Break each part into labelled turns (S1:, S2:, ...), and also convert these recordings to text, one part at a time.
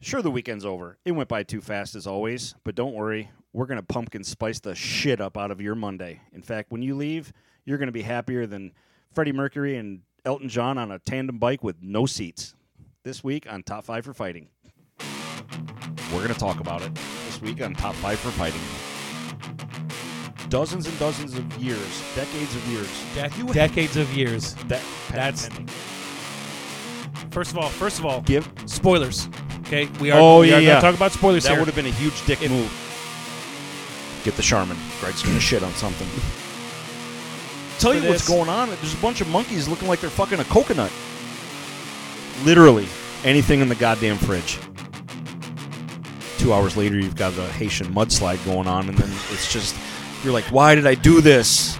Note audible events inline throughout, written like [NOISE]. S1: Sure, the weekend's over. It went by too fast as always, but don't worry. We're going to pumpkin spice the shit up out of your Monday. In fact, when you leave, you're going to be happier than Freddie Mercury and Elton John on a tandem bike with no seats. This week on Top 5 for Fighting. We're going to talk about it. This week on Top 5 for Fighting. Dozens and dozens of years, decades of years.
S2: Dec- decades of years.
S1: That,
S2: That's- First of all, first of all,
S1: give
S2: spoilers. Okay, we are.
S1: Oh,
S2: we
S1: yeah,
S2: are
S1: yeah.
S2: Talk about spoilers
S1: That
S2: here.
S1: would have been a huge dick
S2: If-
S1: move. Get the Charmin. Greg's gonna shit on something. Tell you
S2: For
S1: what's
S2: this-
S1: going on. There's a bunch of monkeys looking like they're fucking a coconut. Literally anything in the goddamn fridge. Two hours later, you've got a Haitian mudslide going on, and then it's just you're like, why did I do this?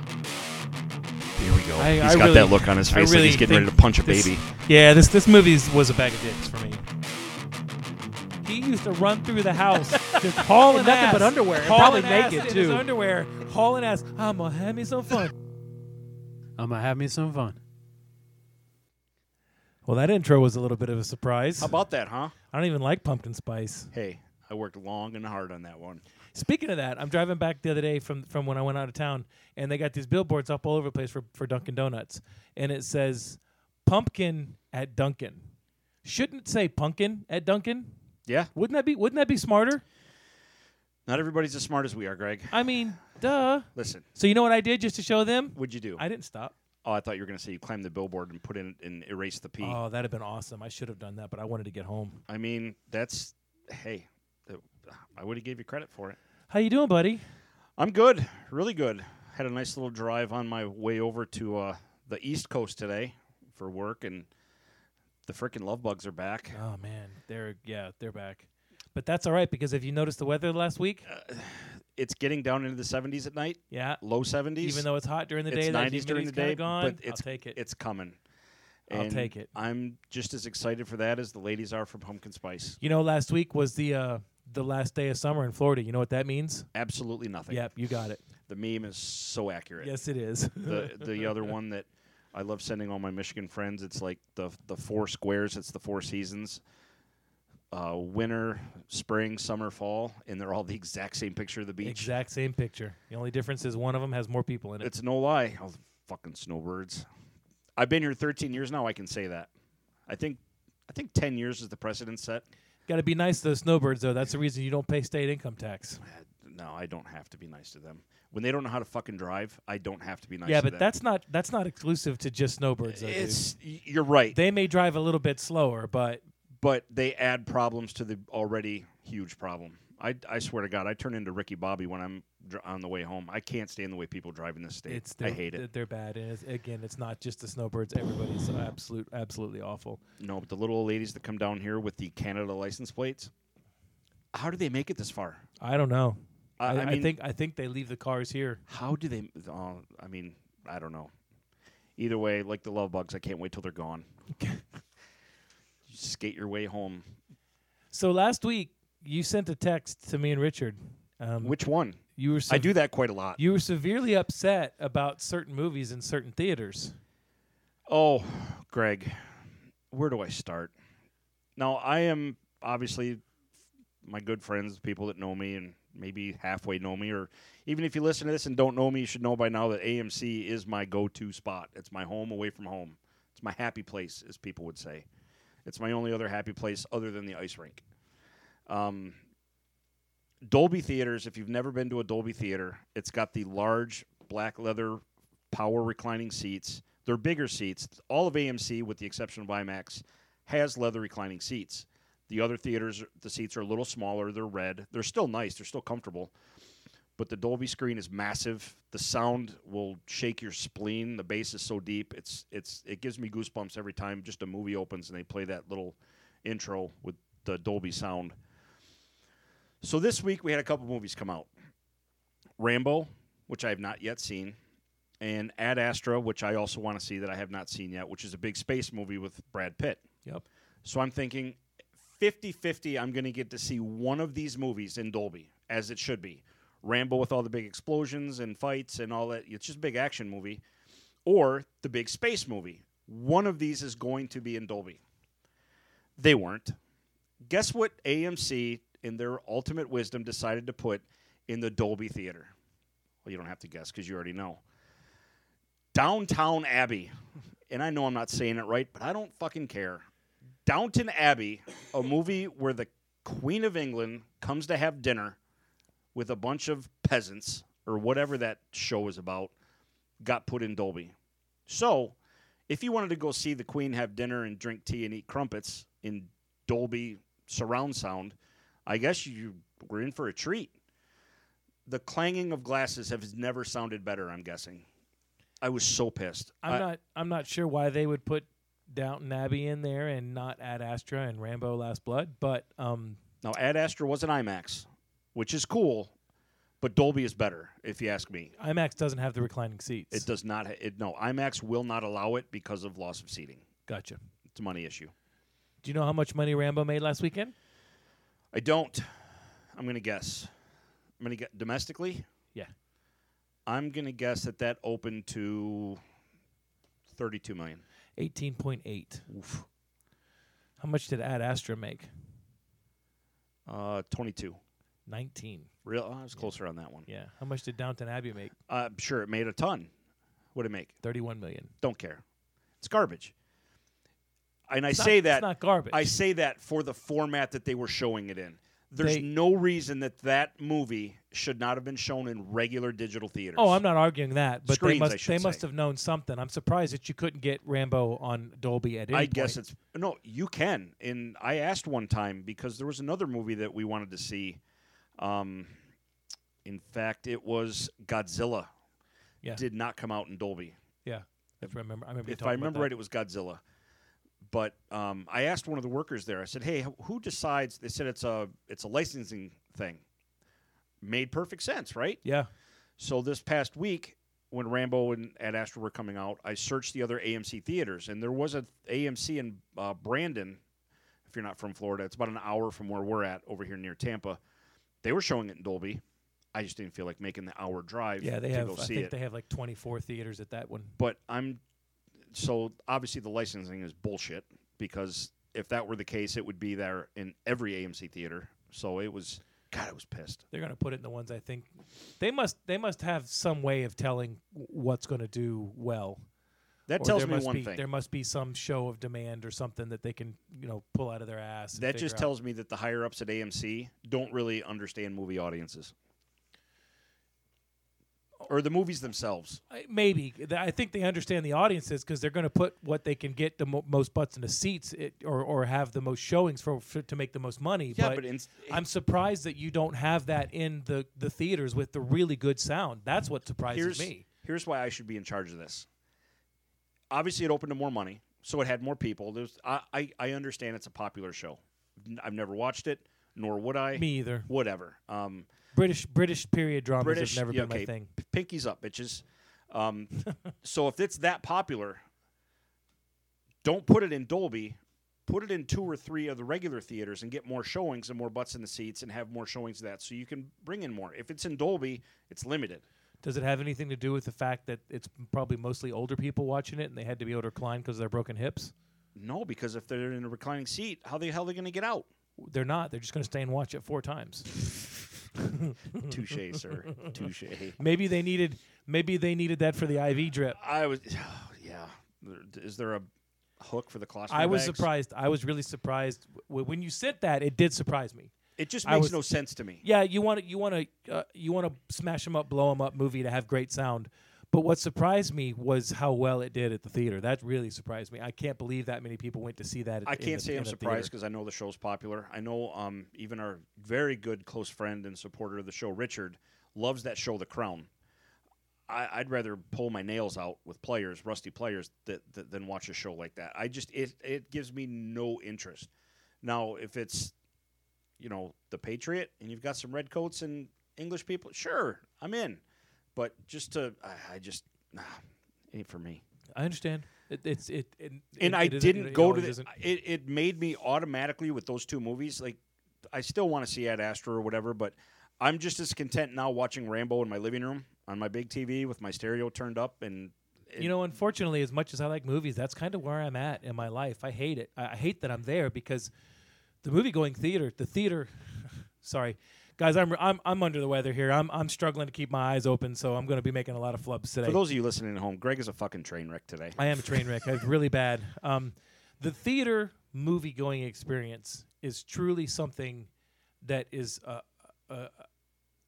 S1: Here we go.
S2: I-
S1: He's
S2: I
S1: got
S2: really-
S1: that look on his
S2: I
S1: face like
S2: really
S1: he's getting ready to
S2: think
S1: punch a
S2: this-
S1: baby.
S2: Yeah, this this movie is- was a bag of dicks for me. He used to run through the [LAUGHS] house, just hauling
S3: In nothing
S2: ass,
S3: but underwear, and
S2: hauling
S3: probably
S2: ass
S3: naked,
S2: in his
S3: too.
S2: underwear, hauling ass. I'm gonna have me some fun.
S3: I'm gonna have me some fun.
S2: well, that intro was a little bit of a surprise.
S1: How about that, huh?
S2: I don't even like pumpkin spice.
S1: Hey, I worked long and hard on that one.
S2: Speaking of that, I'm driving back the other day from from when I went out of town, and they got these billboards up all over the place for for Dunkin' Donuts, and it says "pumpkin at Dunkin'." Shouldn't it say "pumpkin at Dunkin'?
S1: Yeah,
S2: Wouldn't that be Wouldn't that be smarter?
S1: not everybody's as smart as we are, Greg.
S2: I mean, duh.
S1: Listen,
S2: So you know what I did just to show them?
S1: what'd you do?
S2: I didn't stop.
S1: oh, I thought you were going to say you climbed the billboard and put in and erased the P. I
S2: Oh, that'd have been awesome. I should have done that, but I wanted to get home.
S1: mean, that's hey, that- I would have gave you credit for it.
S2: How you doing, buddy?
S1: I'm good, really good. Had a nice little drive on my way over to uh, the East Coast today for work, and the freaking love bugs are back.
S2: Oh man, they're yeah, they're back. But that's all right because if you noticed the weather last week,
S1: It's getting down into the 70s at night,
S2: yeah,
S1: low 70s.
S2: even though it's hot during the
S1: it's 90s
S2: day,
S1: during
S2: that
S1: the
S2: humidity's kinda
S1: day,
S2: gone,
S1: but it's
S2: I'll take it.
S1: it's coming.
S2: I'll
S1: And
S2: take it.
S1: I'm just as excited for that as the ladies are for pumpkin spice.
S2: You know, last week was the uh, the last day of summer in Florida. You know what that means?
S1: Absolutely nothing.
S2: Yep, you got it.
S1: The meme is so accurate.
S2: Yes, it is.
S1: [LAUGHS] the the
S2: [LAUGHS]
S1: other one that I love sending all my Michigan friends. It's like the the four squares. It's the four seasons: uh, winter, spring, summer, fall, and they're all the exact same picture of the beach.
S2: exact same picture. The only difference is one of them has more people in it.
S1: It's no lie. Oh, fucking snowbirds! I've been here 13 years now. I can say that. I think I think 10 years is the precedent set.
S2: got to be nice to the snowbirds, though. That's the reason you don't pay state income tax.
S1: No, I don't have to be nice to them. When they don't know how to fucking drive, I don't have to be nice.
S2: yeah,
S1: to
S2: but
S1: them.
S2: that's not that's not exclusive to just snowbirds. Though, dude.
S1: it's y- you're right.
S2: They may drive a little bit slower, but
S1: but they add problems to the already huge problem. I, I swear to God, I turn into Ricky Bobby when I'm dr- on the way home. I can't stand the way people drive in this state.
S2: it's
S1: I
S2: they're-
S1: hate it.
S2: They're bad, and it's, again, it's not just the snowbirds. Everybody's absolute absolutely awful.
S1: No, but the little old ladies that come down here with the Canada license plates, how do they make it this far?
S2: I don't know.
S1: I- I
S2: I
S1: mean-
S2: think I think they leave the cars here.
S1: How do they? Oh, I mean, I don't know. Either way, like the love bugs, I can't wait till they're gone. [LAUGHS] You skate your way home.
S2: So last week you sent a text to me and Richard. Um,
S1: Which one?
S2: you were
S1: I
S2: sev-
S1: do that quite a lot.
S2: You were severely upset about certain movies in certain theaters.
S1: Oh, Greg, where do I start? Now, I am obviously my good friends, people that know me and maybe halfway know me, or even if you listen to this and don't know me, you should know by now that AMC is my go to spot. It's my home away from home. It's my happy place, as people would say. It's my only other happy place other than the ice rink. Um, Dolby Theaters, if you've never been to a Dolby Theater, it's got the large black leather power reclining seats. They're bigger seats. All of AMC, with the exception of IMAX, has leather reclining seats. The other theaters, the seats are a little smaller. They're red. They're still nice. They're still comfortable. But the Dolby screen is massive. The sound will shake your spleen. The bass is so deep. It's it's it gives me goosebumps every time just a movie opens and they play that little intro with the Dolby sound. So this week we had a couple movies come out. Rambo, which I have not yet seen, and Ad Astra, which I also want to see that I have not seen yet, which is a big space movie with Brad Pitt.
S2: Yep.
S1: So I'm thinking 50-50 I'm going to get to see one of these movies in Dolby as it should be. Rambo with all the big explosions and fights and all that. It's just a big action movie or the big space movie. One of these is going to be in Dolby. They weren't Guess what AMC, in their ultimate wisdom, decided to put in the Dolby Theater? Well, you don't have to guess because you already know. Downtown Abbey. And I know I'm not saying it right, but I don't fucking care. Downton Abbey, a movie where the Queen of England comes to have dinner with a bunch of peasants or whatever that show is about, got put in Dolby. So, if you wanted to go see the Queen have dinner and drink tea and eat crumpets in Dolby surround sound, I guess you were in for a treat. The clanging of glasses has never sounded better, I'm guessing. I was so pissed.
S2: I'm
S1: I-
S2: not. I'm not sure why they would put Downton Abbey in there and not Ad Astra and Rambo: Last Blood. But um,
S1: Now, Ad Astra was an IMAX, which is cool, but Dolby is better, if you ask me.
S2: IMAX doesn't have the reclining seats.
S1: It does not. ha- It, no, IMAX will not allow it because of loss of seating.
S2: Gotcha.
S1: It's a money issue.
S2: Do you know how much money Rambo made last weekend?
S1: I don't. I'm gonna guess. I'm gonna get domestically.
S2: Yeah.
S1: I'm gonna guess that that opened to 32 million.
S2: Eighteen point eight.
S1: Oof.
S2: How much did Ad Astra make?
S1: Uh, 22.
S2: Nineteen.
S1: Real. oh, I was closer on that one.
S2: Yeah. How much did Downton Abbey make?
S1: Uh, sure, it made a ton. What did it make?
S2: Thirty-one million.
S1: Don't care. It's garbage. And I
S2: It's not-
S1: say
S2: it's
S1: that
S2: not garbage.
S1: I say that for the format that they were showing it in. There's
S2: They-
S1: no reason that that movie should not have been shown in regular digital theaters.
S2: Oh, I'm not arguing that, but
S1: Screens,
S2: they
S1: I
S2: must
S1: should
S2: they must
S1: say.
S2: have known something. I'm surprised that you couldn't get Rambo on Dolby at any
S1: I
S2: point.
S1: guess it's no. You can, and I asked one time because there was another movie that we wanted to see. Um, in fact, it was Godzilla.
S2: Yeah.
S1: Did not come out in Dolby.
S2: yeah. If I remember, I remember. you
S1: if
S2: talking
S1: I
S2: about
S1: remember
S2: that.
S1: right, it was Godzilla. But um, I asked one of the workers there. I said, "Hey, wh- who decides?" They said it's a it's a licensing thing. Made perfect sense, right?
S2: Yeah.
S1: So this past week, when Rambo and Ad Astra were coming out, I searched the other AMC theaters, and there was a AMC in uh, Brandon. If you're not from Florida, it's about an hour from where we're at over here near Tampa. They were showing it in Dolby. I just didn't feel like making the hour drive.
S2: Yeah, they
S1: to
S2: have.
S1: Go
S2: I
S1: see
S2: think
S1: it.
S2: they have like 24 theaters at that one.
S1: But I'm so obviously the licensing is bullshit because if that were the case, it would be there in every AMC theater. So it was God, I was pissed.
S2: They're gonna put it in the ones I think. They must. They must have some way of telling w- what's gonna do well.
S1: That
S2: Or
S1: tells
S2: there
S1: me
S2: must
S1: one
S2: be,
S1: thing.
S2: There must be some show of demand or something that they can you know pull out of their ass. and
S1: That
S2: figure
S1: just
S2: out.
S1: tells me that the higher ups at AMC don't really understand movie audiences or the movies themselves.
S2: I- maybe Th- I think they understand the audiences because they're going to put what they can get the mo- most butts in the seats, it, or or have the most showings for, for to make the most money.
S1: Yeah,
S2: but,
S1: but it's-
S2: I'm surprised that you don't have that in the the theaters with the really good sound. That's what surprises
S1: Here's
S2: me.
S1: here's why I should be in charge of this. Obviously, it opened to more money, so it had more people. There's I I, I understand it's a popular show. N- I've never watched it, nor would I.
S2: Me either.
S1: Whatever. Um,
S2: British British period dramas
S1: British
S2: have never
S1: yeah,
S2: been
S1: okay,
S2: my thing.
S1: p- Pinkies up, bitches.
S2: [LAUGHS]
S1: Um, so if it's that popular, don't put it in Dolby. Put it in two or three of the regular theaters and get more showings and more butts in the seats and have more showings of that, so you can bring in more. If it's in Dolby, it's limited.
S2: Does it have anything to do with the fact that it's probably mostly older people watching it and they had to be able to recline because of their broken hips?
S1: No, because if they're in a reclining seat, how the hell are they going to get out?
S2: [LAUGHS] They're not. They're just going to stay and watch it four times.
S1: Touche, sir.
S2: [LAUGHS]
S1: Touche.
S2: Maybe they needed. Maybe they needed that for the IV drip.
S1: I was, [SIGHS] yeah. There- Is there a hook for the colostomy
S2: I was
S1: bags?
S2: surprised. I was really surprised W- when you sent that. It did surprise me.
S1: It just
S2: I
S1: makes
S2: was-
S1: no sense to me.
S2: Yeah, you want to you want to uh, you want to smash them up, blow them up movie to have great sound. But what surprised me was how well it did at the theater. That really surprised me. I can't believe that many people went to see that. At,
S1: I
S2: in
S1: can't
S2: the-
S1: say
S2: in
S1: I'm
S2: the
S1: surprised
S2: theater.
S1: because I know the show's popular. I know um, even our very good close friend and supporter of the show, Richard, loves that show, The Crown. I, I'd rather pull my nails out with players, rusty players, that, that, than watch a show like that. I just it it gives me no interest. Now, if it's you know the Patriot and you've got some redcoats and English people, sure, I'm in. But just to I, I just nah, ain't for me
S2: I understand. It, it's it, it
S1: and
S2: it-
S1: I
S2: it isn't-
S1: didn't
S2: it
S1: go to
S2: always
S1: the,
S2: isn't.
S1: it. It made me automatically with those two movies. Like, I still want to see Ad Astra or whatever, but I'm just as content now watching Rambo in my living room on my big TV with my stereo turned up. And it-
S2: you know, unfortunately, as much as I like movies, that's kind of where I'm at in my life. I hate it. I I hate that I'm there because the movie going theater, the theater. [LAUGHS] Sorry, guys, I'm I'm I'm under the weather here. I'm I'm struggling to keep my eyes open, so I'm going to be making a lot of flubs today.
S1: For those of you listening at home, Greg is a fucking train wreck today.
S2: I am a train wreck. I'm really bad. Um, the theater movie going experience is truly something that is uh, uh,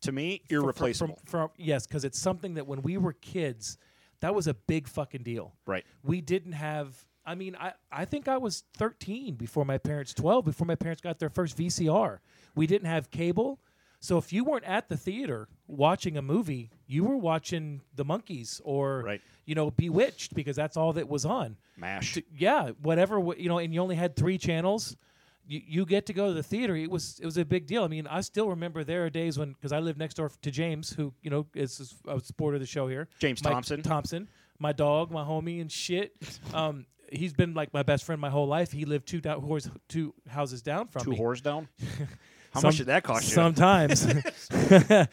S1: to me,
S2: fr- fr-
S1: irreplaceable.
S2: From, from, yes, because it's something that when we were kids, that was a big fucking deal.
S1: right.
S2: We didn't have. I mean, I, I think I was 13 before my parents, 12 before my parents got their first VCR. We didn't have cable. So if you weren't at the theater watching a movie, you were watching The Monkeys or,
S1: Right.
S2: you know, Bewitched because that's all that was on
S1: Mash.
S2: to- yeah, whatever wh- you know, and you only had three channels. You, you get to go to the theater. It was it was a big deal. I mean, I still remember there are days when because I lived next door to James, who you know is a supporter of the show here.
S1: James
S2: Mike
S1: Thompson.
S2: Thompson, my dog, my homie, and shit. Um, he's been like my best friend my whole life. He lived two down, whores, two houses down from
S1: Two
S2: me.
S1: whores down. How
S2: [LAUGHS] Some-
S1: much did that cost you? [LAUGHS]
S2: Sometimes. [LAUGHS] I'm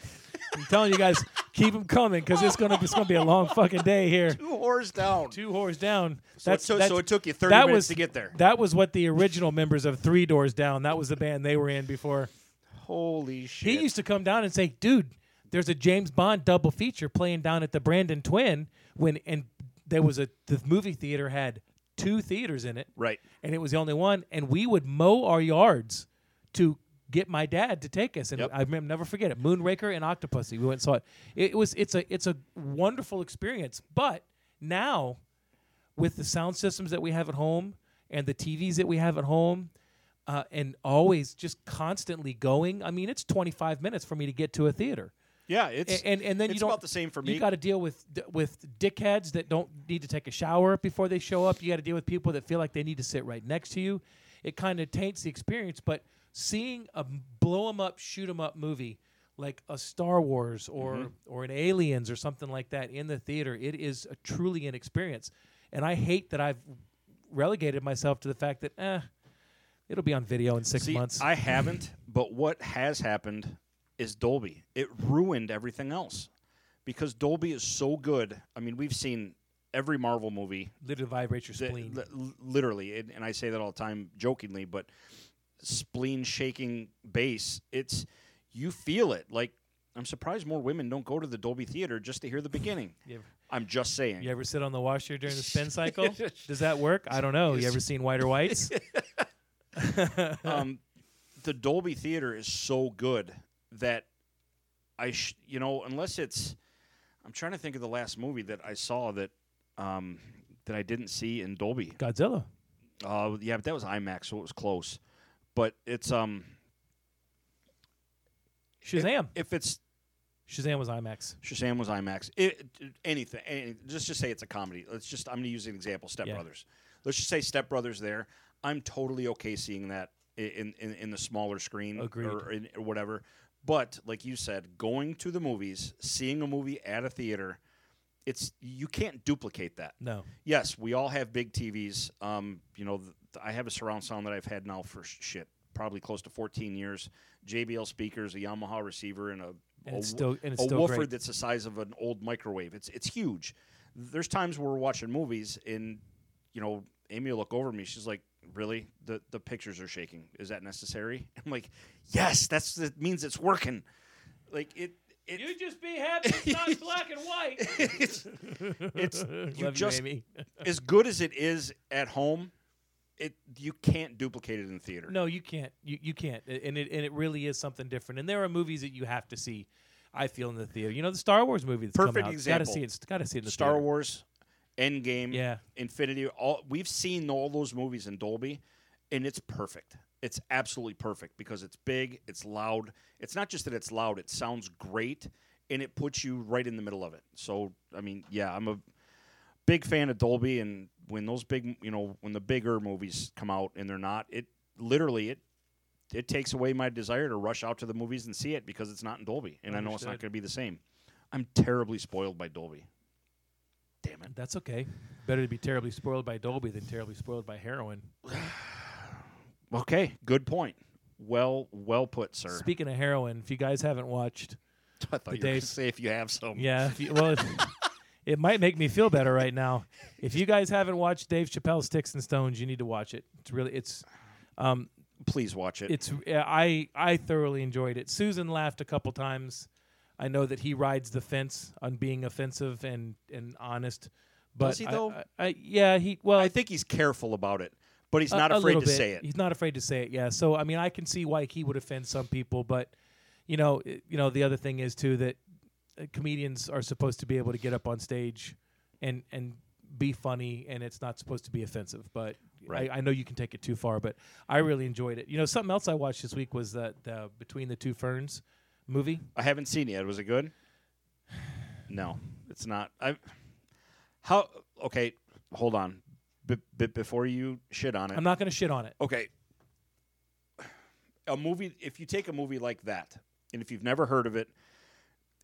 S2: telling you guys, keep them coming because it's gonna it's gonna be a long fucking day here.
S1: Two whores down.
S2: Two whores down.
S1: so, it took, so it took you 30
S2: that
S1: minutes
S2: was
S1: to get there.
S2: That was what the original members of Three Doors Down. That was the band they were in before.
S1: Holy shit.
S2: He used to come down and say, "Dude, there's a James Bond double feature playing down at the Brandon Twin." When and there was a the movie theater had two theaters in it,
S1: right.
S2: and it was the only one. And we would mow our yards to get my dad to take us. And
S1: Yep.
S2: I remember, never forget it. Moonraker and Octopussy. We went and saw it. It was it's a it's a wonderful experience. But now, with the sound systems that we have at home and the TVs that we have at home. Uh, and always just constantly going. I mean, it's 25 minutes for me to get to a theater.
S1: Yeah, it's
S2: A- and and then
S1: it's
S2: you don't
S1: about the same for me.
S2: You got to deal with d- with dickheads that don't need to take a shower before they show up. You got to deal with people that feel like they need to sit right next to you. It kind of taints the experience. But seeing a m- blow 'em up, shoot 'em up movie like a Star Wars or
S1: Mm-hmm.
S2: or an Aliens or something like that in the theater, it is a truly an experience. And I hate that I've relegated myself to the fact that eh, it'll be on video in six
S1: See,
S2: months.
S1: I haven't, but what has happened is Dolby. It ruined everything else because Dolby is so good. I mean, we've seen every Marvel movie
S2: Literally vibrates your
S1: that-
S2: spleen.
S1: li- literally, and, and I say that all the time jokingly, but spleen shaking bass. It's you feel it. Like I'm surprised more women don't go to the Dolby theater just to hear the beginning.
S2: You ever-
S1: I'm just saying.
S2: You ever sit on the washer during the
S1: [LAUGHS]
S2: spin cycle? Does that work? I don't know. You ever seen White or Whites?
S1: um, the Dolby theater is so good that I, sh- you know, unless it's, I'm trying to think of the last movie that I saw that, um, that I didn't see in Dolby.
S2: Godzilla.
S1: Uh, yeah, but that was IMAX, so it was close. But it's um,
S2: Shazam.
S1: if it's
S2: Shazam was IMAX.
S1: Shazam was IMAX, it, anything, any, just just say it's a comedy. Let's just, I'm going to use an example, Step
S2: Yeah.
S1: Brothers. Let's just say Step Brothers there. I'm totally okay seeing that i- in in, in the smaller screen
S2: Agreed.
S1: or in, or whatever. But like you said, going to the movies, seeing a movie at a theater, it's you can't duplicate that.
S2: No.
S1: Yes, we all have big TVs. Um, you know, th- I have a surround sound that I've had now for sh- shit, probably close to 14 years. JBL speakers, a Yamaha receiver, and a
S2: And
S1: a
S2: it's
S1: wo-
S2: still and it's
S1: a
S2: still
S1: woofer
S2: great.
S1: that's the size of an old microwave. It's it's huge. There's times where we're watching movies and you know Amy will look over at me. She's like, "Really? The the pictures are shaking. Is that necessary?" [LAUGHS] I'm like, "Yes, that's that means it's working." Like it. it
S2: just be happy it's not black and white.
S1: [LAUGHS] it's, it's
S2: [LAUGHS]
S1: you
S2: Love
S1: just
S2: you, Amy.
S1: as good as it is at home. It you can't duplicate it in theater.
S2: No, you can't. You, you can't. A- And it and it really is something different. And there are movies that you have to see. I feel in the theater. You know the Star Wars movie that's
S1: Perfect
S2: come out.
S1: example.
S2: Gotta see it. Gotta see it in the
S1: Star
S2: theater.
S1: Wars, Endgame,
S2: Yeah.
S1: Infinity. All we've seen all those movies in Dolby, and it's perfect. It's absolutely perfect because it's big, it's loud. It's not just that it's loud; it sounds great, and it puts you right in the middle of it. So, I mean, yeah, I'm a big fan of Dolby, and when those big, you know, when the bigger movies come out and they're not, it literally it it takes away my desire to rush out to the movies and see it because it's not in Dolby, and I know it's not
S2: Understood.
S1: going to be the same. I'm terribly spoiled by Dolby. Damn it.
S2: That's okay. Better to be terribly spoiled by Dolby than terribly spoiled by heroin.
S1: Okay, good point. Well, well put, sir.
S2: Speaking of heroin, if you guys haven't watched
S1: I thought you were
S2: Dave-
S1: going to say if you have some.
S2: Yeah. If you, well, if- it might make me feel better right now. If you guys haven't watched Dave Chappelle's Sticks and Stones, you need to watch it. It's really it's um
S1: Please watch it.
S2: it's yeah, I I thoroughly enjoyed it. Susan laughed a couple times. I know that he rides the fence on being offensive and and honest. But
S1: Does he, though?
S2: I, I, I- yeah, he well
S1: I think he's careful about it, but he's
S2: a-
S1: not
S2: a
S1: afraid
S2: little
S1: to
S2: bit.
S1: say it.
S2: He's not afraid to say it. Yeah. So I mean, I can see why he would offend some people, but you know, it- you know, the other thing is too that uh, comedians are supposed to be able to get up on stage and and be funny, and it's not supposed to be offensive. But
S1: Right.
S2: I, I know you can take it too far, but I really enjoyed it. You know, something else I watched this week was the, the Between the Two Ferns movie.
S1: I haven't seen it yet. Was it good? [SIGHS] No, it's not. I how okay. Hold on, b- b- before you shit on it.
S2: I'm not going to shit on it.
S1: okay, a movie. If you take a movie like that, and if you've never heard of it,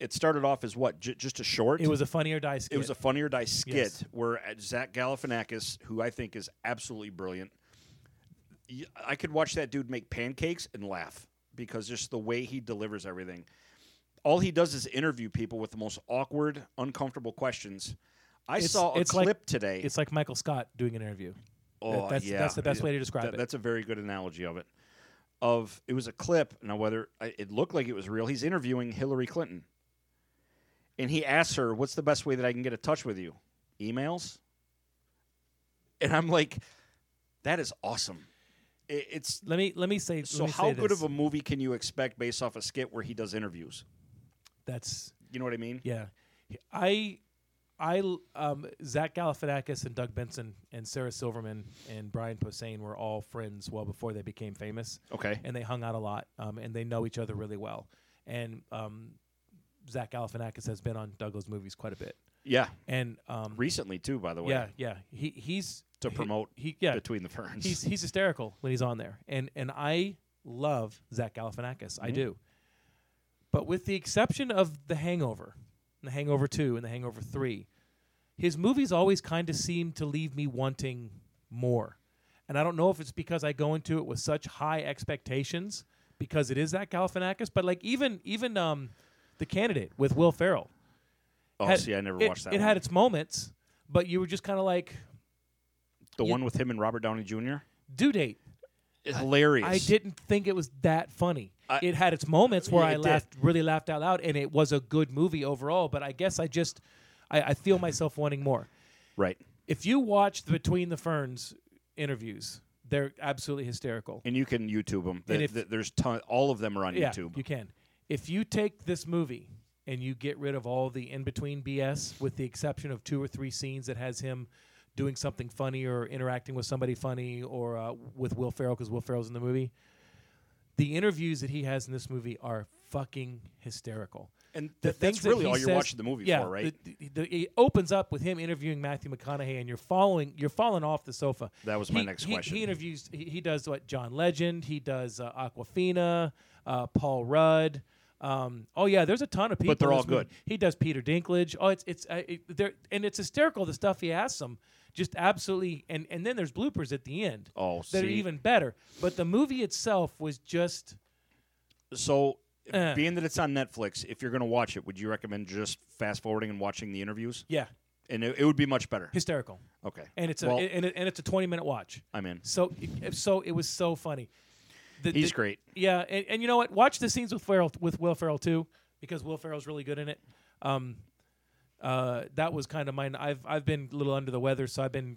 S1: it started off as what? J- just a short.
S2: It was a funny or die skit.
S1: It was a funnier die skit
S2: Yes.
S1: where uh, Zach Galifianakis, who I think is absolutely brilliant, y- I could watch that dude make pancakes and laugh because just the way he delivers everything. All he does is interview people with the most awkward, uncomfortable questions. I
S2: It's-
S1: saw a
S2: it's like-
S1: clip today.
S2: It's like Michael Scott doing an interview.
S1: oh,
S2: that's-
S1: yeah,
S2: that's the best
S1: yeah.
S2: way to describe
S1: That-
S2: it.
S1: That's a very good analogy of it. Of it was a clip. Now whether I- it looked like it was real, he's interviewing Hillary Clinton, and he asks her, "What's the best way that I can get in touch with you? Emails?" And I'm like, "That is awesome." It, it's
S2: Let me let me say.
S1: so
S2: let me
S1: how
S2: say
S1: good
S2: this.
S1: of a movie can you expect based off a skit where he does interviews?
S2: that's
S1: You know what I mean?
S2: Yeah, I, I, um, Zach Galifianakis and Doug Benson and Sarah Silverman and Brian Posehn were all friends well before they became famous,
S1: Okay.
S2: and they hung out a lot, um, and they know each other really well. And um, Zach Galifianakis has been on Douglas movies quite a bit,
S1: Yeah.
S2: and um,
S1: Recently too, by the way.
S2: yeah, yeah, he he's
S1: To
S2: he-
S1: promote
S2: he, yeah,
S1: Between the ferns.
S2: he's he's hysterical when he's on there, and and I love Zach Galifianakis,
S1: Mm-hmm.
S2: I do. But with the exception of The Hangover, and The Hangover Two, and The Hangover Three, his movies always kind of seem to leave me wanting more, and I don't know if it's because I go into it with such high expectations because it is Zach Galifianakis, but like even even um, the candidate with Will Ferrell.
S1: oh,
S2: had-
S1: see, I never
S2: it-
S1: watched that.
S2: It
S1: one.
S2: had its moments, but you were just kind of like
S1: the
S2: you-
S1: one with him and Robert Downey Jr.
S2: due date.
S1: Hilarious.
S2: I didn't think it was that funny.
S1: I-
S2: it had its moments where
S1: Yeah,
S2: I
S1: it did.
S2: laughed, really laughed out loud, and it was a good movie overall. But I guess I just, I, I feel myself wanting more.
S1: Right.
S2: If you watch the Between the Ferns interviews, they're absolutely hysterical.
S1: And you can YouTube them.
S2: And if-
S1: there's ton, all of them are on
S2: yeah,
S1: YouTube.
S2: you can. If you take this movie and you get rid of all the in between BS, with the exception of two or three scenes that has him doing something funny or interacting with somebody funny or uh, with Will Ferrell because Will Ferrell's in the movie, the interviews that he has in this movie are fucking hysterical.
S1: and
S2: The
S1: th- that's
S2: things that
S1: really
S2: he
S1: all you're
S2: says-
S1: watching the movie
S2: yeah,
S1: for, right?
S2: the- the- the- it opens up with him interviewing Matthew McConaughey, and you're following, you're falling off the sofa.
S1: That was my
S2: He-
S1: next
S2: he-
S1: question.
S2: He interviews, he, he does what John Legend, he does uh, Aquafina, uh, Paul Rudd. Um, oh yeah, there's a ton of people.
S1: they're
S2: in
S1: all
S2: this movie.
S1: good.
S2: He does Peter Dinklage. Oh, it's it's uh, it, there, and it's hysterical the stuff he asks them. Just absolutely, and and then there's bloopers at the end
S1: oh,
S2: that are
S1: see?
S2: even better. But the movie itself was just
S1: so
S2: Uh.
S1: being that it's on Netflix, if you're going to watch it, would you recommend just fast forwarding and watching the interviews?
S2: yeah
S1: And it, it would be much better.
S2: hysterical,
S1: Okay.
S2: and it's a
S1: Well-
S2: and, it, and it's a 20 minute watch.
S1: I'm in.
S2: So so it was so funny. The-
S1: He's
S2: the-
S1: great.
S2: Yeah, and, and you know what? Watch the scenes with Ferrell with Will Ferrell too, because Will Ferrell's really good in it. Um, uh, that was kind of mine. I've I've been a little under the weather, so I've been.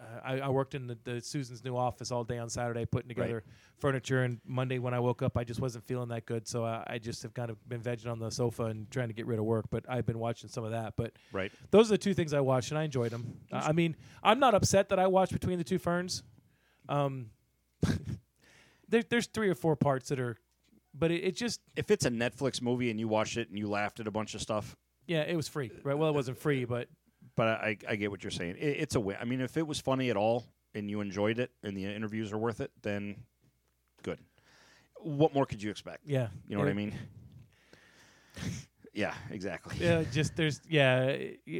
S2: Uh, I, I worked in the, the Susan's new office all day on Saturday, putting together furniture. And Monday, when I woke up, I just wasn't feeling that good, so I, I just have kind of been vegging on the sofa and trying to get rid of work. But I've been watching some of that. But
S1: Right.
S2: those are the two things I watched, and I enjoyed them. I I mean, I'm not upset that I watched Between the Two Ferns. Um, [LAUGHS] there, there's three or four parts that are, but it, it just
S1: If it's a Netflix movie and you watched it and you laughed at a bunch of stuff,
S2: yeah, it was free, right? Well, it wasn't free, but
S1: but I, I get what you're saying. It, it's a win. I mean, if it was funny at all and you enjoyed it and the interviews are worth it, then good. What more could you expect?
S2: yeah,
S1: You know what I
S2: It-
S1: mean? [LAUGHS] yeah, exactly.
S2: Yeah, just there's yeah,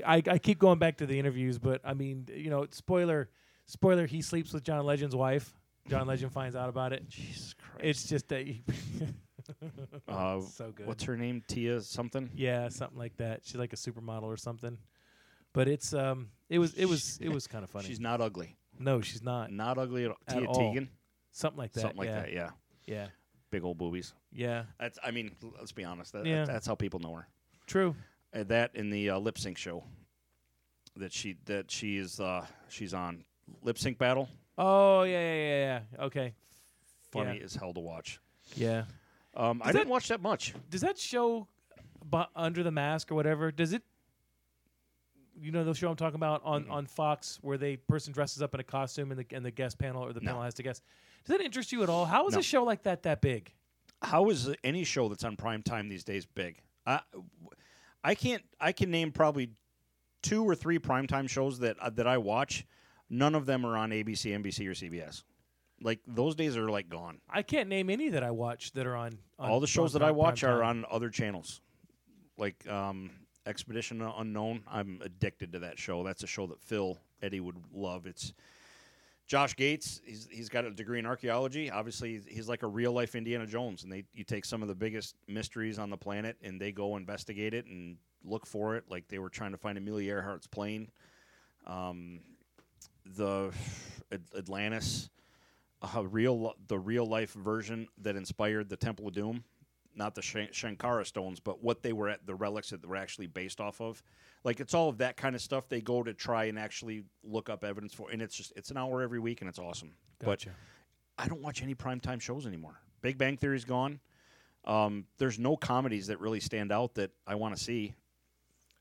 S2: I I keep going back to the interviews, but I mean, you know, spoiler, spoiler, he sleeps with John Legend's wife. John Legend finds out about it.
S1: Jesus Christ.
S2: It's just that,
S1: [LAUGHS]
S2: [LAUGHS]
S1: Uh,
S2: so good.
S1: What's her name? Tia something?
S2: yeah, something like that. She's like a supermodel or something. But it's um, it was it was it was kind of funny.
S1: She's not ugly.
S2: no, she's not.
S1: Not ugly at all.
S2: At
S1: Tia
S2: all.
S1: Tegan.
S2: something like that.
S1: something like
S2: yeah.
S1: that. Yeah,
S2: Yeah,
S1: big old boobies.
S2: yeah,
S1: That's. I mean, l- let's be honest. That,
S2: Yeah.
S1: That's how people know her.
S2: true.
S1: Uh, that in the uh, lip sync show that she that she is uh, she's on lip sync battle.
S2: Oh yeah, yeah, yeah, yeah. Okay,
S1: Funny
S2: Yeah.
S1: as hell to watch.
S2: yeah.
S1: Um, I
S2: Does
S1: didn't
S2: that-
S1: watch that much.
S2: Does that show bu- under the mask or whatever? Does it? You know the show I'm talking about on, on Fox, where they person dresses up in a costume and the and the guest panel or the
S1: No.
S2: panel has to guess. Does that interest you at all? How is
S1: No.
S2: a show like that that big?
S1: How is any show that's on prime time these days big? I I can't. I can name probably two or three primetime shows that uh, that I watch. None of them are on ABC, NBC, or CBS. Like those days are like gone.
S2: I can't name any that I watch that are on. on
S1: all the shows
S2: on
S1: that I
S2: prime
S1: watch
S2: time.
S1: are on other channels, like um, Expedition Unknown. I'm addicted to that show. That's a show that Phil Eddie would love. It's Josh Gates. He's he's got a degree in archaeology. Obviously, he's- he's like a real life Indiana Jones, and they you take some of the biggest mysteries on the planet, and they go investigate it and look for it. Like they were trying to find Amelia Earhart's plane. Um, the At- Atlantis a real the real life version that inspired the Temple of Doom, not the Shan- Shankara stones, but what they were at the relics that were actually based off of. Like it's all of that kind of stuff they go to try and actually look up evidence for, and it's just it's an hour every week and it's awesome.
S2: Gotcha.
S1: But I don't watch any primetime shows anymore. Big Bang Theory's gone. Um, there's no comedies that really stand out that I want to see.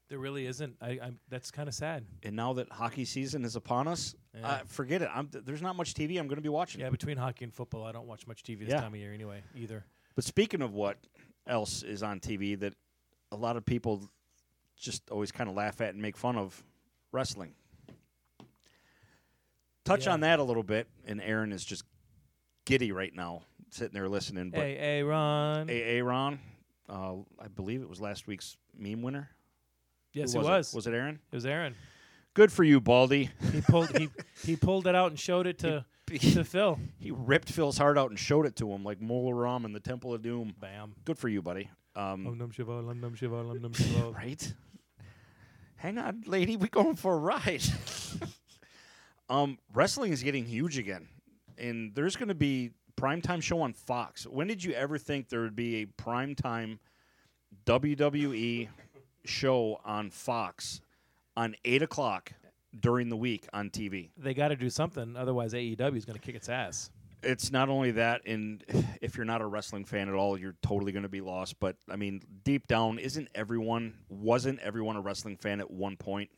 S2: There really isn't. I, I'm. That's kind of sad.
S1: And now that hockey season is upon us,
S2: Yeah.
S1: uh, forget it. I'm, there's not much TV I'm going to be watching.
S2: Yeah, between hockey and football, I don't watch much TV this
S1: Yeah.
S2: time of year anyway. Either.
S1: But speaking of what else is on TV that a lot of people just always kind of laugh at and make fun of, wrestling. Touch
S2: Yeah.
S1: on that a little bit, and Aaron is just giddy right now, sitting there listening. But
S2: Hey, hey, Ron.
S1: A- Aaron, uh, I believe it was last week's meme winner. Who
S2: yes, it was.
S1: It? Was it Aaron?
S2: It
S1: [LAUGHS]
S2: was Aaron.
S1: Good for you, Baldy. [LAUGHS]
S2: He pulled. he he pulled it out and showed it to [LAUGHS] to Phil.
S1: he ripped Phil's heart out and showed it to him like Mola Ram in the Temple of Doom.
S2: Bam.
S1: Good for you, buddy. Um,
S2: Om Nam Shiva, Om Nam Shiva, Om Nam Shiva.
S1: [LAUGHS] Right? Hang on, lady, we're going for a ride. [LAUGHS] um, wrestling is getting huge again. And there's going to be primetime show on Fox. When did you ever think there would be a primetime WWE show on Fox on 8 o'clock during the week on TV?
S2: They got to do something, otherwise AEW is going to kick its ass.
S1: it's not only that, and [SIGHS] if you're not a wrestling fan at all, you're totally going to be lost. But I mean, deep down, isn't everyone wasn't everyone a wrestling fan at one point?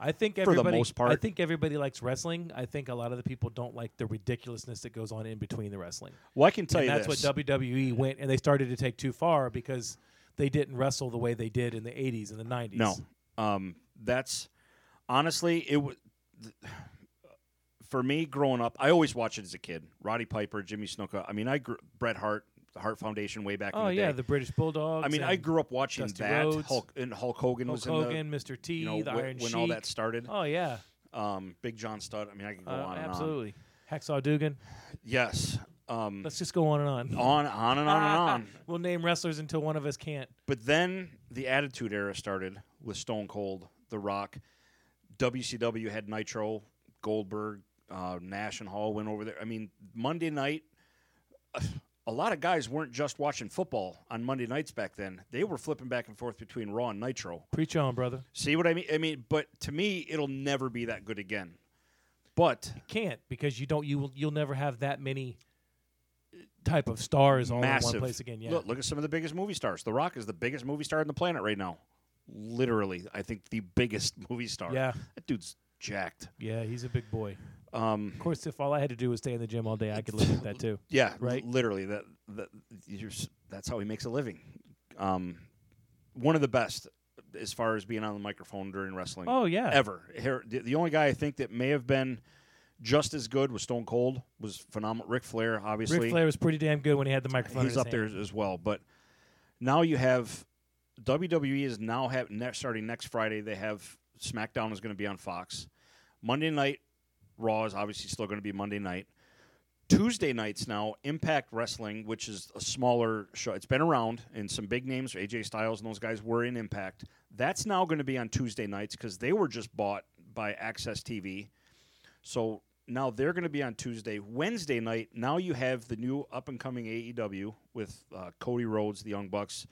S2: I think
S1: the
S2: everybody.
S1: most part.
S2: I think everybody likes wrestling. I think a lot of the people don't like the ridiculousness that goes on in between the wrestling.
S1: Well, I can tell
S2: and
S1: you
S2: that's
S1: this.
S2: what WWE went and they started to take too far because they didn't wrestle the way they did in the 80s and the 90s.
S1: no, um, that's honestly it. W- for me, growing up, I always watched it as a kid. Roddy Piper, Jimmy Snuka. I mean, I grew Bret Hart, the Hart Foundation, way back.
S2: Oh
S1: in the
S2: yeah,
S1: day.
S2: the British Bulldogs.
S1: I mean, I
S2: and
S1: grew up watching
S2: Dusty
S1: that.
S2: Rhodes,
S1: Hulk and Hulk Hogan
S2: Hulk
S1: was in
S2: Hogan, Mr.
S1: the
S2: T,
S1: you know
S2: the
S1: wh-
S2: Iron
S1: when
S2: Sheik.
S1: all that started.
S2: Oh yeah,
S1: Um, Big John Studd. I mean, I could go
S2: Uh,
S1: on and on.
S2: absolutely. Hacksaw Dugan.
S1: Yes.
S2: [LAUGHS]
S1: Um,
S2: Let's just go on and on.
S1: on, on and on and on.
S2: we'll name wrestlers until one of us can't.
S1: But then the Attitude Era started with Stone Cold, The Rock. WCW had Nitro, Goldberg, uh, Nash and Hall went over there. I mean, Monday night, a lot of guys weren't just watching football on Monday nights back then. They were flipping back and forth between Raw and Nitro.
S2: Preach on, brother.
S1: See what I mean? I mean, but to me, it'll never be that good again. But
S2: Can't because you don't. You will. You'll never have that many uh, type of stars all
S1: massive.
S2: in one place again. Yeah.
S1: Look, look at some of the biggest movie stars. The Rock is the biggest movie star on the planet right now. Literally, I think the biggest [LAUGHS] movie star.
S2: Yeah.
S1: That dude's jacked.
S2: Yeah. He's a big boy.
S1: Um,
S2: Of course, if all I had to do was stay in the gym all day, I could live with that too.
S1: yeah,
S2: Right.
S1: right. Literally, that, that you're, s- that's how he makes a living. Um, one of the best as far as being on the microphone during wrestling
S2: Oh yeah.
S1: ever. Here, the, the only guy I think that may have been just as good was Stone Cold. Was phenomenal. Ric Flair, obviously.
S2: Ric Flair was pretty damn good when he had the microphone. in
S1: he's
S2: his
S1: up
S2: hand.
S1: there as well. But now you have WWE is now have ne- starting next Friday. They have SmackDown is going to be on Fox. Monday night Raw is obviously still going to be Monday night. Tuesday nights now Impact Wrestling, which is a smaller show. It's been around and some big names, AJ Styles and those guys were in Impact. That's now going to be on Tuesday nights because they were just bought by Access TV. So Now they're going to be on Tuesday, Wednesday night. Now you have the new up and coming AEW with uh, Cody Rhodes, the Young Bucks,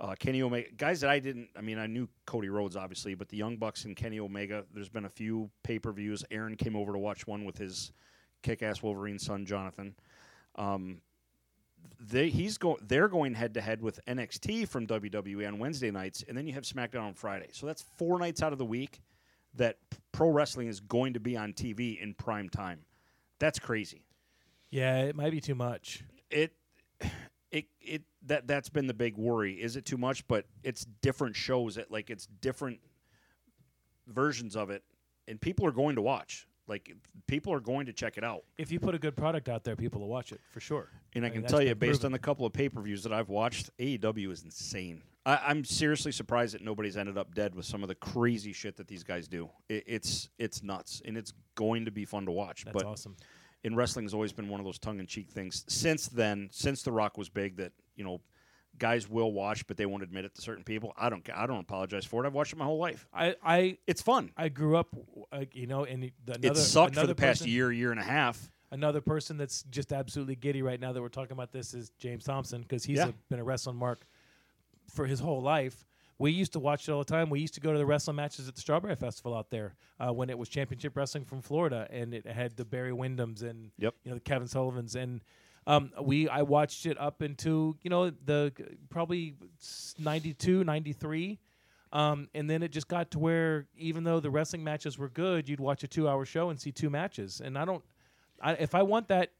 S1: uh, Kenny Omega, guys that I didn't. I mean, I knew Cody Rhodes obviously, but the Young Bucks and Kenny Omega. There's been a few pay per views. Aaron came over to watch one with his kick ass Wolverine son Jonathan. Um, they he's go they're going head to head with NXT from WWE on Wednesday nights, and then you have SmackDown on Friday. So that's four nights out of the week that p- pro wrestling is going to be on TV in prime time. That's crazy.
S2: Yeah, it might be too much.
S1: It it it that that's been the big worry. Is it too much? But it's different shows. It like it's different versions of it, and people are going to watch. Like people are going to check it out.
S2: If you put a good product out there, people will watch it for sure.
S1: And I
S2: mean,
S1: can
S2: that's
S1: tell you,
S2: been
S1: based
S2: proven.
S1: on the couple of pay per views that I've watched, AEW is insane. I, I'm seriously surprised that nobody's ended up dead with some of the crazy shit that these guys do. It, it's it's nuts, and it's going to be fun to watch.
S2: That's
S1: but
S2: awesome.
S1: in wrestling has always been one of those tongue in cheek things. Since then, since The Rock was big, that you know, guys will watch, but they won't admit it to certain people. I don't ca- I don't apologize for it. I've watched it my whole life.
S2: I I
S1: It's fun.
S2: I grew up, uh, you know, and the, another
S1: it sucked for the
S2: another
S1: past
S2: person-
S1: year, year and a half.
S2: Another person that's just absolutely giddy right now that we're talking about this is James Thompson because he's
S1: Yeah.
S2: a, been a wrestling mark for his whole life. We used to watch it all the time. We used to go to the wrestling matches at the Strawberry Festival out there uh, when it was championship wrestling from Florida, and it had the Barry Windhams and
S1: Yep.
S2: you know the Kevin Sullivan's, and um, we I watched it up into you know the probably s- 92, 93. Um, and then it just got to where even though the wrestling matches were good, you'd watch a two-hour show and see two matches. And I don't, I, if I want that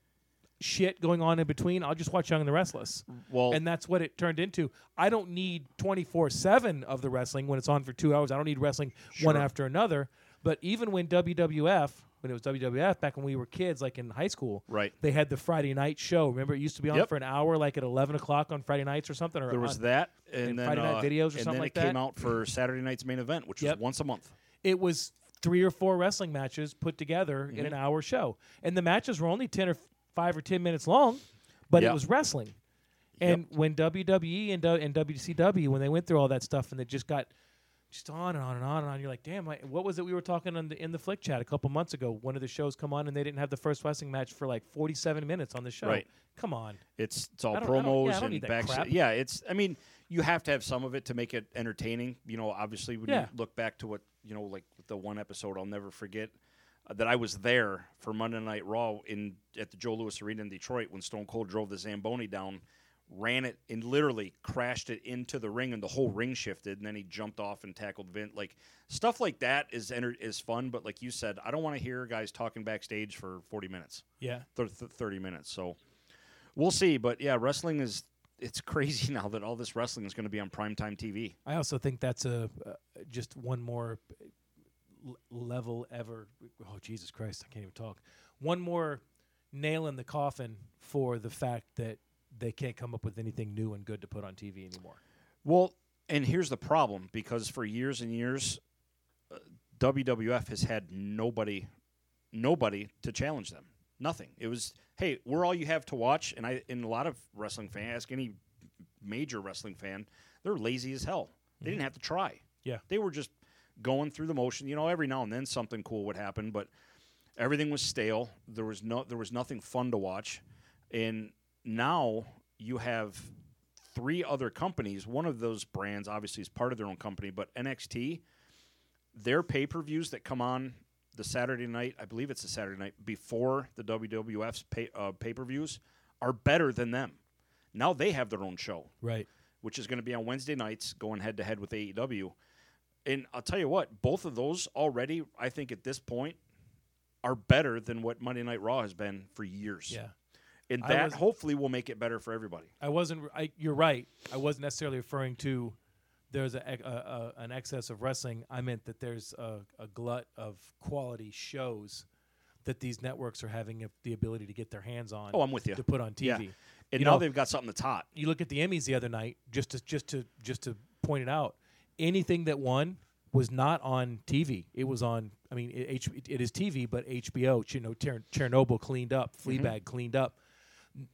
S2: shit going on in between, I'll just watch Young and the Restless
S1: Well,
S2: and that's what it turned into. I don't need 24 7 of the wrestling when it's on for two hours. I don't need wrestling one
S1: Sure.
S2: after another. But even when WWF, when it was WWF back when we were kids, like in high school,
S1: Right.
S2: they had the Friday night show. Remember, it used to be on
S1: Yep.
S2: for an hour, like at 11 o'clock on Friday nights or something. Or
S1: there was
S2: on-
S1: that, and,
S2: and
S1: then
S2: Friday Night
S1: uh,
S2: Videos or
S1: and
S2: something
S1: then
S2: like
S1: it came
S2: that.
S1: out for Saturday night's main event, which
S2: Yep.
S1: was once a month.
S2: It was three or four wrestling matches put together in an
S1: Mm-hmm.
S2: hour show. And the matches were only 10 or f- 5 or 10 minutes long, but it
S1: Yep.
S2: was wrestling. And when WWE and, W- and WCW, when they went through all that stuff and they just got just on and on and on and on, you're like, damn, I, what was it we were talking on the, in the Flick chat a couple months ago? One of the shows come on and they didn't have the first wrestling match for like 47 minutes on the show.
S1: Right.
S2: Come on.
S1: It's it's all
S2: I don't- I don't- yeah, I
S1: promos
S2: don't
S1: and
S2: need that
S1: back.
S2: crap.
S1: Yeah, it's. I mean, you have to have some of it to make it entertaining. You know, obviously, when
S2: Yeah.
S1: you look back to what you know, like the one episode I'll never forget uh, that I was there for Monday Night Raw in at the Joe Louis Arena in Detroit when Stone Cold drove the Zamboni down, ran it and literally crashed it into the ring, and the whole ring shifted. And then he jumped off and tackled Vint. Like stuff like that is enter- is fun, but like you said, I don't want to hear guys talking backstage for forty minutes
S2: Yeah.
S1: thir- th- 30 minutes. So we'll see. But yeah, wrestling is it's [LAUGHS] crazy now that all this wrestling is going to be on primetime TV.
S2: I also think that's a uh, just one more l- level ever. Oh Jesus Christ, I can't even talk. One more nail in the coffin for the fact that they can't come up with anything new and good to put on TV anymore.
S1: Well, and here's the problem because for years and years, uh, WWF has had nobody, nobody to challenge them. Nothing. It was hey, we're all you have to watch. And I, and a lot of wrestling fans, ask any major wrestling fan, they're lazy as hell. They didn't have to try.
S2: Yeah.
S1: they were just going through the motion. You know, every now and then something cool would happen, but everything was stale. There was no, there was nothing fun to watch. And now you have three other companies. One of those brands obviously is part of their own company, but NXT, their pay per views that come on the Saturday night, I believe it's the Saturday night before the WWF's pay uh, per views, are better than them. Now they have their own show
S2: Right.
S1: which is going to be on Wednesday nights, going head to head with AEW. And I'll tell you what, both of those already, I think at this point, are better than what Monday Night Raw has been for years.
S2: Yeah.
S1: and
S2: I
S1: that
S2: was-
S1: hopefully will make it better for everybody.
S2: I wasn't. re- I, you're right. I wasn't necessarily referring to there's a, a, a an excess of wrestling. I meant that there's a, a glut of quality shows that these networks are having a, the ability to get their hands on.
S1: Oh, I'm with you.
S2: To put on TV.
S1: Yeah. And
S2: You
S1: now
S2: know-
S1: they've got something that's hot.
S2: you look at the Emmys the other night, just to just to just to point it out, anything that won was not on TV. It was on. I mean, it, H, it is TV, but HBO. You know, Chern- Chernobyl cleaned up, Fleabag cleaned up.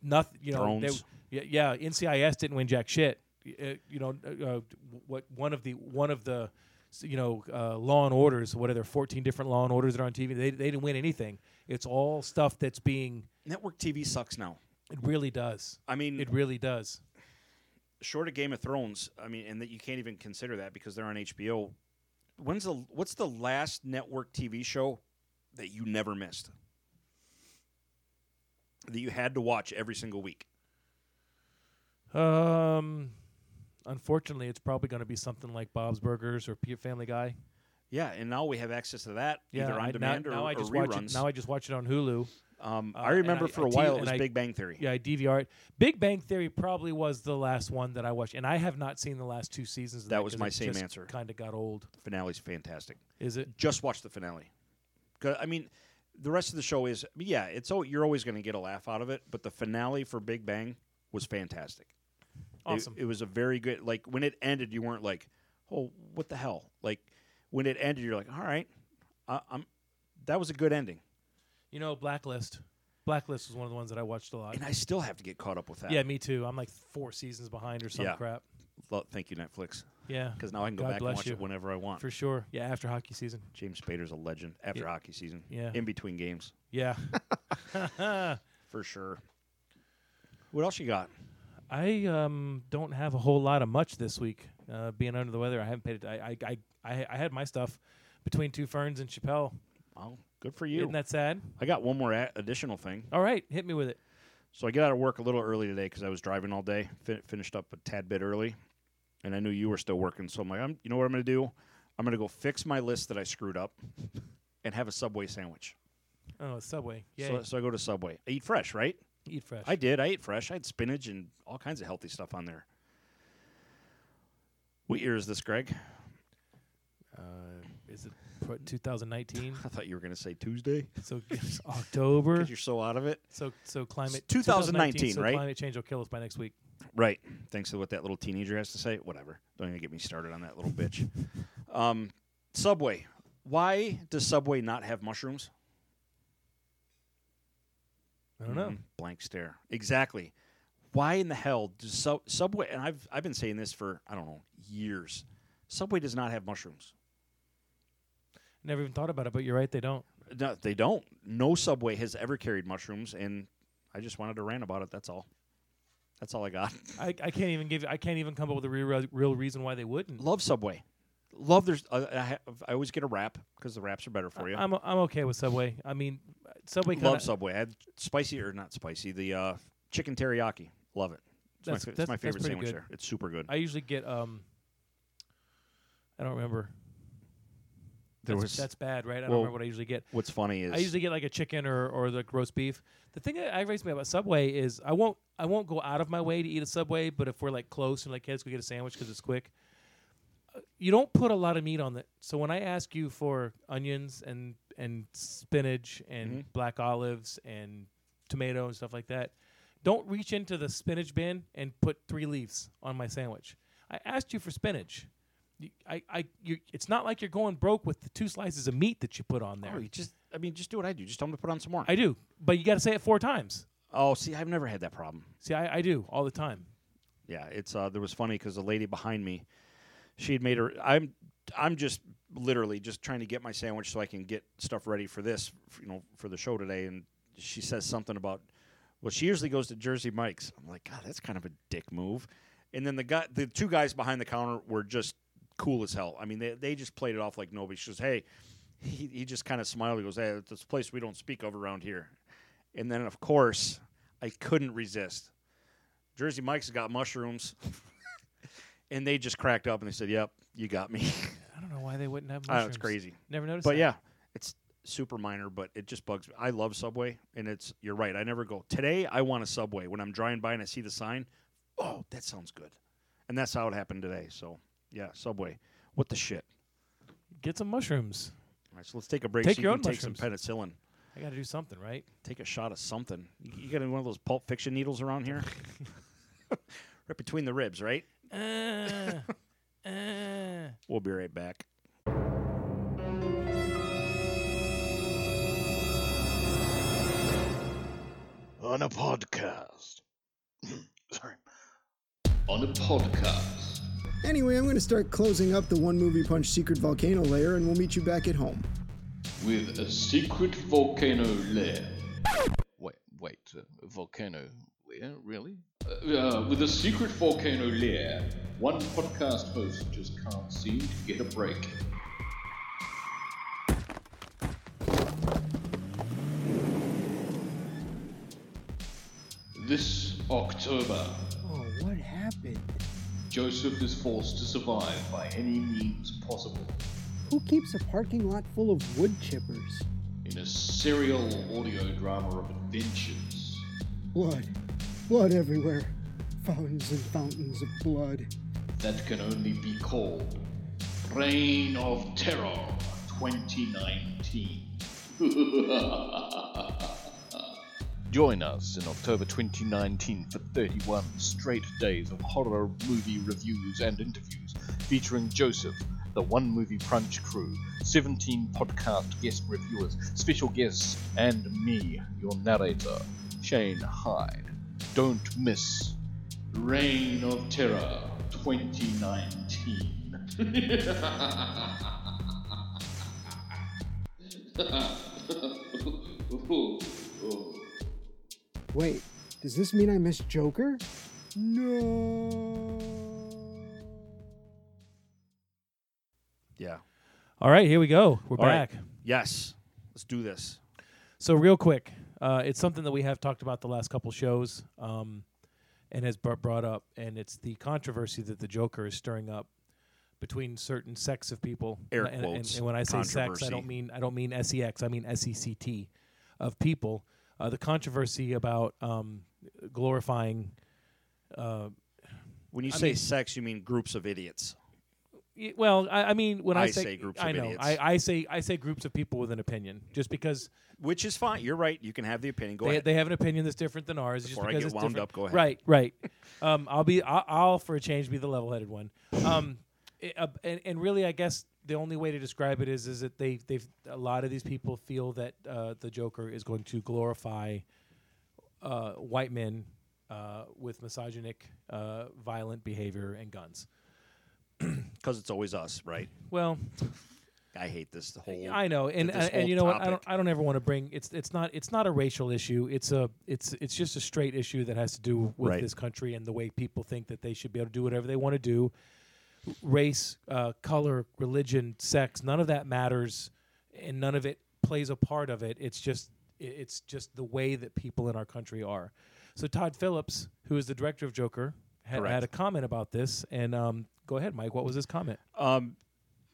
S2: Nothing. You know,
S1: Thrones.
S2: yeah, yeah, NCIS didn't win jack shit. Uh, you know, uh, uh, what one of the one of the s- you know, uh, Law and Orders. What are there? Fourteen different Law and Orders that are on TV. They they didn't win anything. It's all stuff that's being.
S1: Network TV sucks now.
S2: It really does.
S1: I mean,
S2: It really does.
S1: short of Game of Thrones, I mean, and that you can't even consider that because they're on HBO. When's the what's the last network TV show that you never missed? That you had to watch every single week.
S2: Um, unfortunately, it's probably going to be something like Bob's Burgers or P- Family Guy.
S1: Yeah, and now we have access to that
S2: Yeah,
S1: either on
S2: I-
S1: demand
S2: now,
S1: or,
S2: now I
S1: or
S2: just watch
S1: reruns.
S2: it. Now I just watch it on Hulu.
S1: um,
S2: uh,
S1: I
S2: and
S1: remember
S2: I-
S1: for
S2: I
S1: a
S2: te-
S1: while it
S2: and
S1: was
S2: I-
S1: Big Bang Theory.
S2: Yeah, I DVR it. Big Bang Theory probably was the last one that I watched, and I have not seen the last two seasons. Of
S1: That was my same answer.
S2: Kind of got old.
S1: The finale's fantastic.
S2: Is it?
S1: Just watch the finale. 'Cause, I mean, the rest of the show is yeah. It's al- you're always going to get a laugh out of it, but the finale for Big Bang was fantastic. It-
S2: Awesome.
S1: It, was a very good like when it ended, you weren't like, oh, what the hell? Like when it ended, you're like, all right, I, I'm. That was a good ending,
S2: you know, Blacklist. Blacklist was one of the ones that I watched a lot.
S1: and I still have to get caught up with that.
S2: yeah, me too. I'm like four seasons behind or some
S1: Yeah.
S2: crap.
S1: Lo- thank you Netflix,
S2: Yeah,
S1: because now I can go
S2: God
S1: back and
S2: bless
S1: watch
S2: you.
S1: it whenever I want.
S2: for sure. Yeah, after hockey season.
S1: James Spader's a legend after
S2: Yeah.
S1: hockey season.
S2: Yeah.
S1: in between games
S2: Yeah.
S1: for sure. What else you got?
S2: I um, don't have a whole lot of much this week. Uh, being under the weather, I haven't paid it. I I, I I I had my stuff between two ferns and Chappelle.
S1: Oh, good for you.
S2: Isn't that sad?
S1: I got one more a- additional thing.
S2: All right, hit me with it.
S1: So I got out of work a little early today because I was driving all day. Fin- finished up a tad bit early, and I knew you were still working. So I'm like, I'm, you know what I'm going to do? I'm going to go fix my list that I screwed up, and have a Subway sandwich.
S2: Oh, Subway. Yeah.
S1: So, so I go to Subway. I eat fresh, right?
S2: Eat fresh.
S1: I did. I ate fresh. I had spinach and all kinds of healthy stuff on there. What year is this, Greg? [LAUGHS]
S2: uh, is it pro- 2019?
S1: I thought you were going to say Tuesday
S2: so [LAUGHS] October.
S1: because you're so out of it.
S2: So so climate
S1: 2019,
S2: so
S1: right?
S2: Climate change will kill us by next week.
S1: Right. Thanks to what that little teenager has to say. Whatever. Don't even get me started on that little bitch. Um, Subway. Why does Subway not have mushrooms?
S2: I don't know.
S1: Mhm. Blank stare. Exactly. Why in the hell does Sub- Subway? And I've I've been saying this for I don't know years. Subway does not have mushrooms.
S2: Never even thought about it, but you're right. They don't.
S1: No, they don't. No Subway has ever carried mushrooms, and I just wanted to rant about it. That's all. That's all I got. [LAUGHS]
S2: I, I can't even give. I can't even come up with a real, real reason why they wouldn't.
S1: Love Subway. Love their. I, I, have- I always get a wrap because the wraps are better for you.
S2: I'm I'm okay with Subway. I mean, Subway. Kinda,
S1: Love Subway. I had spicy or not spicy, the uh, chicken teriyaki. Love it. It's,
S2: That's-
S1: my, fa- it's
S2: that's-
S1: my
S2: that's
S1: favorite
S2: pretty
S1: sandwich
S2: good.
S1: there. It's super good.
S2: I usually get um. I don't remember.
S1: There
S2: that's,
S1: was-
S2: that's bad, right? I don't
S1: well,
S2: remember what I usually get.
S1: What's funny is
S2: I usually get like a chicken or or like roast beef. The thing that aggravates me about Subway is I won't I won't go out of my way to eat a Subway, but if we're like close and like hey, let's go get a sandwich because it's quick, uh, you don't put a lot of meat on it. So when I ask you for onions and and spinach and
S1: Mm-hmm.
S2: black olives and tomato and stuff like that, don't reach into the spinach bin and put three leaves on my sandwich. I asked you for spinach. You- I, I, you, it's not like you're going broke with the two slices of meat that you put on there.
S1: Oh, you just I mean, just do what I do. Just tell them to put on some more.
S2: I do, but you got to say it four times.
S1: oh, see, I've never had that problem.
S2: See, I, I do all the time.
S1: Yeah, it's uh, there was funny because the lady behind me, she had made her. I'm I'm just literally just trying to get my sandwich so I can get stuff ready for this, f- you know, for the show today. And she says something about, well, she usually goes to Jersey Mike's. I'm like, God, that's kind of a dick move. And then the guy, the two guys behind the counter were just cool as hell. I mean, they they just played it off like nobody. She goes, hey, he, he just kind of smiled. He goes, hey, it's this place we don't speak of around here. And then of course, I couldn't resist. Jersey Mike's got mushrooms. and they just cracked up and they said, Yep, you got me. [LAUGHS]
S2: I don't know why they wouldn't have
S1: I
S2: mushrooms.
S1: know, it's crazy.
S2: Never noticed.
S1: But
S2: that.
S1: yeah, it's super minor, but it just bugs me. I love Subway and it's you're right. I never go today I want a Subway. When I'm driving by and I see the sign, oh, that sounds good. And that's how it happened today. So yeah, Subway. What the shit?
S2: get some mushrooms.
S1: All right, so let's take a break
S2: Take
S1: so
S2: your
S1: you
S2: own
S1: can take some penicillin.
S2: I got to do something, right?
S1: Take a shot of something. You you got any one of those pulp fiction needles around
S2: [LAUGHS]
S1: here? right between the ribs, right?
S2: Uh, uh.
S1: We'll be right back.
S4: on a [CLEARS THROAT] podcast. Sorry. On a podcast. Anyway, I'm going to start closing up the One Movie Punch Secret Volcano Layer, and we'll meet you back at home.
S5: with a secret volcano lair. Wait, wait, uh, volcano lair? Really? Uh, uh, with a secret volcano lair, one podcast host just can't seem to get a break. This October,
S4: Oh, what happened?
S5: Joseph is forced to survive by any means possible
S4: Who keeps a parking lot full of wood chippers?
S5: in a serial audio drama of adventures.
S4: Blood. Blood everywhere. Fountains and fountains of blood.
S5: that can only be called Reign of Terror [LAUGHS] 2019. Join us in October 2019 for 31 straight days of horror movie reviews and interviews featuring Joseph, the One Movie Crunch crew, 17 podcast guest reviewers, special guests, and me, your narrator, Shane Hyde. Don't miss Reign of Terror [LAUGHS] 2019.
S4: Wait, does this mean I missed Joker? No.
S1: Yeah.
S2: All right, here we go. We're
S1: All right.
S2: back.
S1: Yes. Let's do this.
S2: So real quick, uh, it's something that we have talked about the last couple shows, um, and has br- brought up, and it's the controversy that the Joker is stirring up between certain sects of people.
S1: Air
S2: and, and-
S1: quotes,
S2: And, when I say sex, I
S1: controversy.
S2: don't mean I don't mean sex. I mean sect of people. Uh, the controversy about um, glorifying. Uh,
S1: When you
S2: I
S1: say
S2: mean-
S1: sex, you mean groups of idiots.
S2: Y- Well, I, I mean, when I,
S1: I
S2: say,
S1: say groups
S2: I
S1: of
S2: know,
S1: idiots.
S2: I, I say I say groups of people with an opinion, just because
S1: Which is fine. You're right. You can have the opinion. Go
S2: they,
S1: ahead.
S2: they have an opinion that's different than ours.
S1: Before I
S2: just because
S1: get
S2: it's
S1: wound
S2: different.
S1: up, go ahead.
S2: Right, right. Um, I'll be, I'll, I'll for a change be the level-headed one. Um, it- uh, and, and really, I guess the only way to describe it is, is that they, they've a lot of these people feel that uh, the Joker is going to glorify uh, white men uh, with misogynic, uh, violent behavior and guns.
S1: Because it's always us, right?
S2: Well,
S1: I hate this whole.
S2: I know, and
S1: th-
S2: uh,
S1: this
S2: and, and
S1: whole
S2: you know what? I don't
S1: topic.
S2: I don't ever want to bring it's it's not it's not a racial issue. It's a it's it's just a straight issue that has to do with
S1: Right.
S2: this country and the way people think that they should be able to do whatever they want to do. Race, uh, color, religion, sex, none of that matters, and none of it plays a part of it. It's just i- it's just the way that people in our country are. So Todd Phillips, who is the director of Joker, had,
S1: Correct.
S2: had a comment about this. And um, go ahead, Mike. What was his comment?
S1: Um,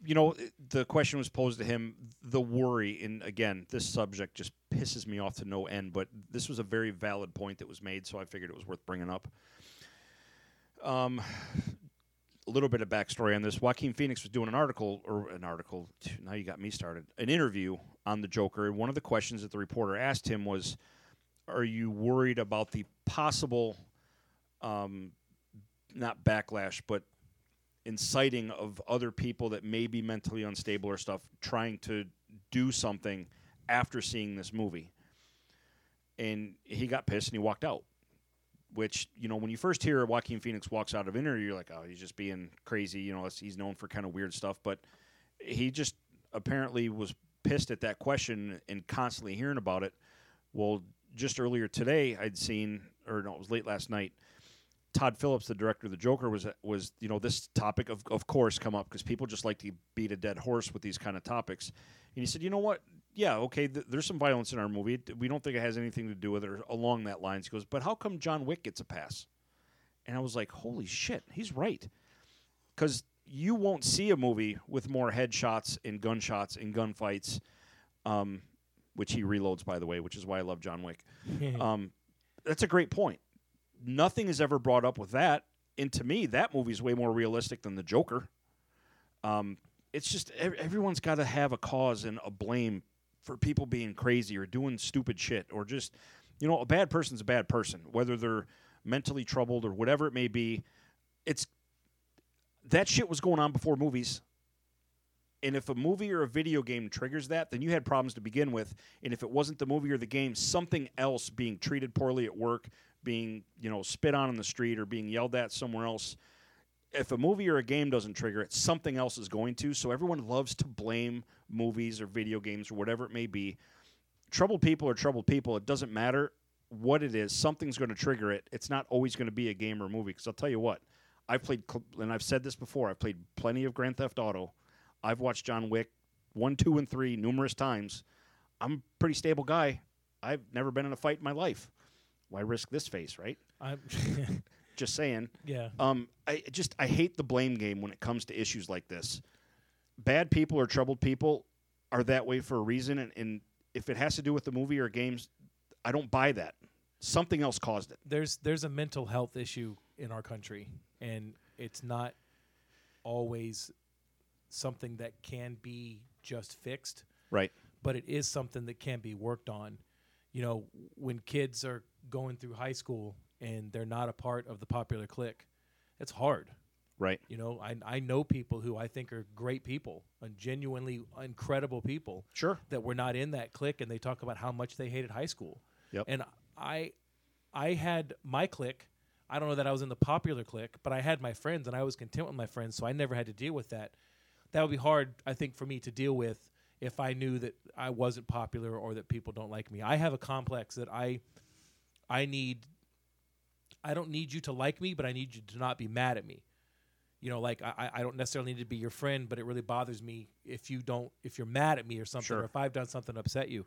S1: you know, it- the question was posed to him. The worry, and again, this subject just pisses me off to no end. But this was a very valid point that was made, so I figured it was worth bringing up. Um, a little bit of backstory on this. Joaquin Phoenix was doing an article, or an article. Now you got me started. An interview on the Joker, and one of the questions that the reporter asked him was, "Are you worried about the possible, um, not backlash, but inciting of other people that may be mentally unstable or stuff trying to do something after seeing this movie. And he got pissed and he walked out. Which, you know, when you first hear Joaquin Phoenix walks out of an interview, you're like, oh, he's just being crazy. You know, it's- he's known for kind of weird stuff. But he just apparently was pissed at that question and constantly hearing about it. Well, just earlier today, I'd seen, or no, it was late last night, Todd Phillips, the director of the Joker, was was you know this topic of of course come up because people just like to beat a dead horse with these kind of topics, and he said, you know what? Yeah, okay. Th- there's some violence in our movie. It- We don't think it has anything to do with it or along that lines. He goes, but how come John Wick gets a pass? And I was like, holy shit, he's right, because you won't see a movie with more headshots and gunshots and gunfights, um, which he reloads by the way, which is why I love John Wick. Um, that's a great point. Nothing is ever brought up with that, and to me, that movie's way more realistic than the Joker. Um, it's just ev- everyone's got to have a cause and a blame for people being crazy or doing stupid shit or just, you know, a bad person's a bad person, whether they're mentally troubled or whatever it may be. It's that shit was going on before movies. And if a movie or a video game triggers that, then you had problems to begin with. And if it wasn't the movie or the game, something else being treated poorly at work, being you know spit on in the street, or being yelled at somewhere else, if a movie or a game doesn't trigger it, something else is going to. So everyone loves to blame movies or video games or whatever it may be. Troubled people are troubled people. It doesn't matter what it is. Something's going to trigger it. It's not always going to be a game or a movie. Because I'll tell you what, I've played, cl- and I've said this before. I've played plenty of Grand Theft Auto. I've watched John Wick one, two, and three numerous times. I'm a pretty stable guy. I've never been in a fight in my life. Why risk this face, right?
S2: I'm
S1: Just saying.
S2: yeah.
S1: Um, I I just I hate the blame game when it comes to issues like this. Bad people or troubled people are that way for a reason, and, and if it has to do with the movie or games, I don't buy that. Something else caused it.
S2: There's there's a mental health issue in our country, and it's not always something that can be just fixed.
S1: Right.
S2: but it is something that can be worked on. You know, when kids are going through high school and they're not a part of the popular clique, it's hard.
S1: Right.
S2: You know, I, I know people who I think are great people and genuinely incredible people
S1: Sure.
S2: that were not in that clique and they talk about how much they hated high school.
S1: Yep.
S2: And I I had my clique. I don't know that I was in the popular clique, but I had my friends and I was content with my friends, so I never had to deal with that. That would be hard, I think, for me to deal with if I knew that I wasn't popular or that people don't like me. I have a complex that I I need I don't need you to like me, but I need you to not be mad at me. You know, like I, I I don't necessarily need to be your friend, but it really bothers me if you don't if you're mad at me or something,
S1: Sure.
S2: or if I've done something to upset you.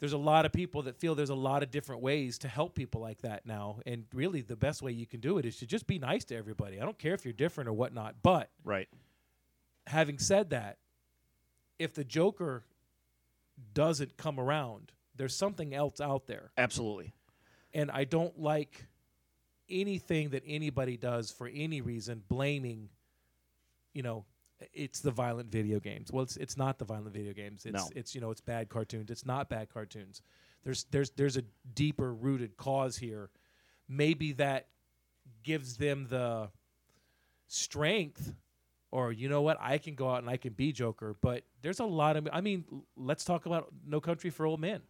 S2: There's a lot of people that feel there's a lot of different ways to help people like that now. And really the best way you can do it is to just be nice to everybody. I don't care if you're different or whatnot, but
S1: Right.
S2: having said that, if the Joker doesn't come around, there's something else out there.
S1: Absolutely.
S2: And I don't like anything that anybody does for any reason blaming, you know, it's the violent video games. Well, it's it's not the violent video games. It's
S1: No.
S2: it's you know, it's bad cartoons. It's not bad cartoons. There's there's there's a deeper rooted cause here. Maybe that gives them the strength or you know what i can go out and i can be joker but there's a lot of i mean l- let's talk about no country for old men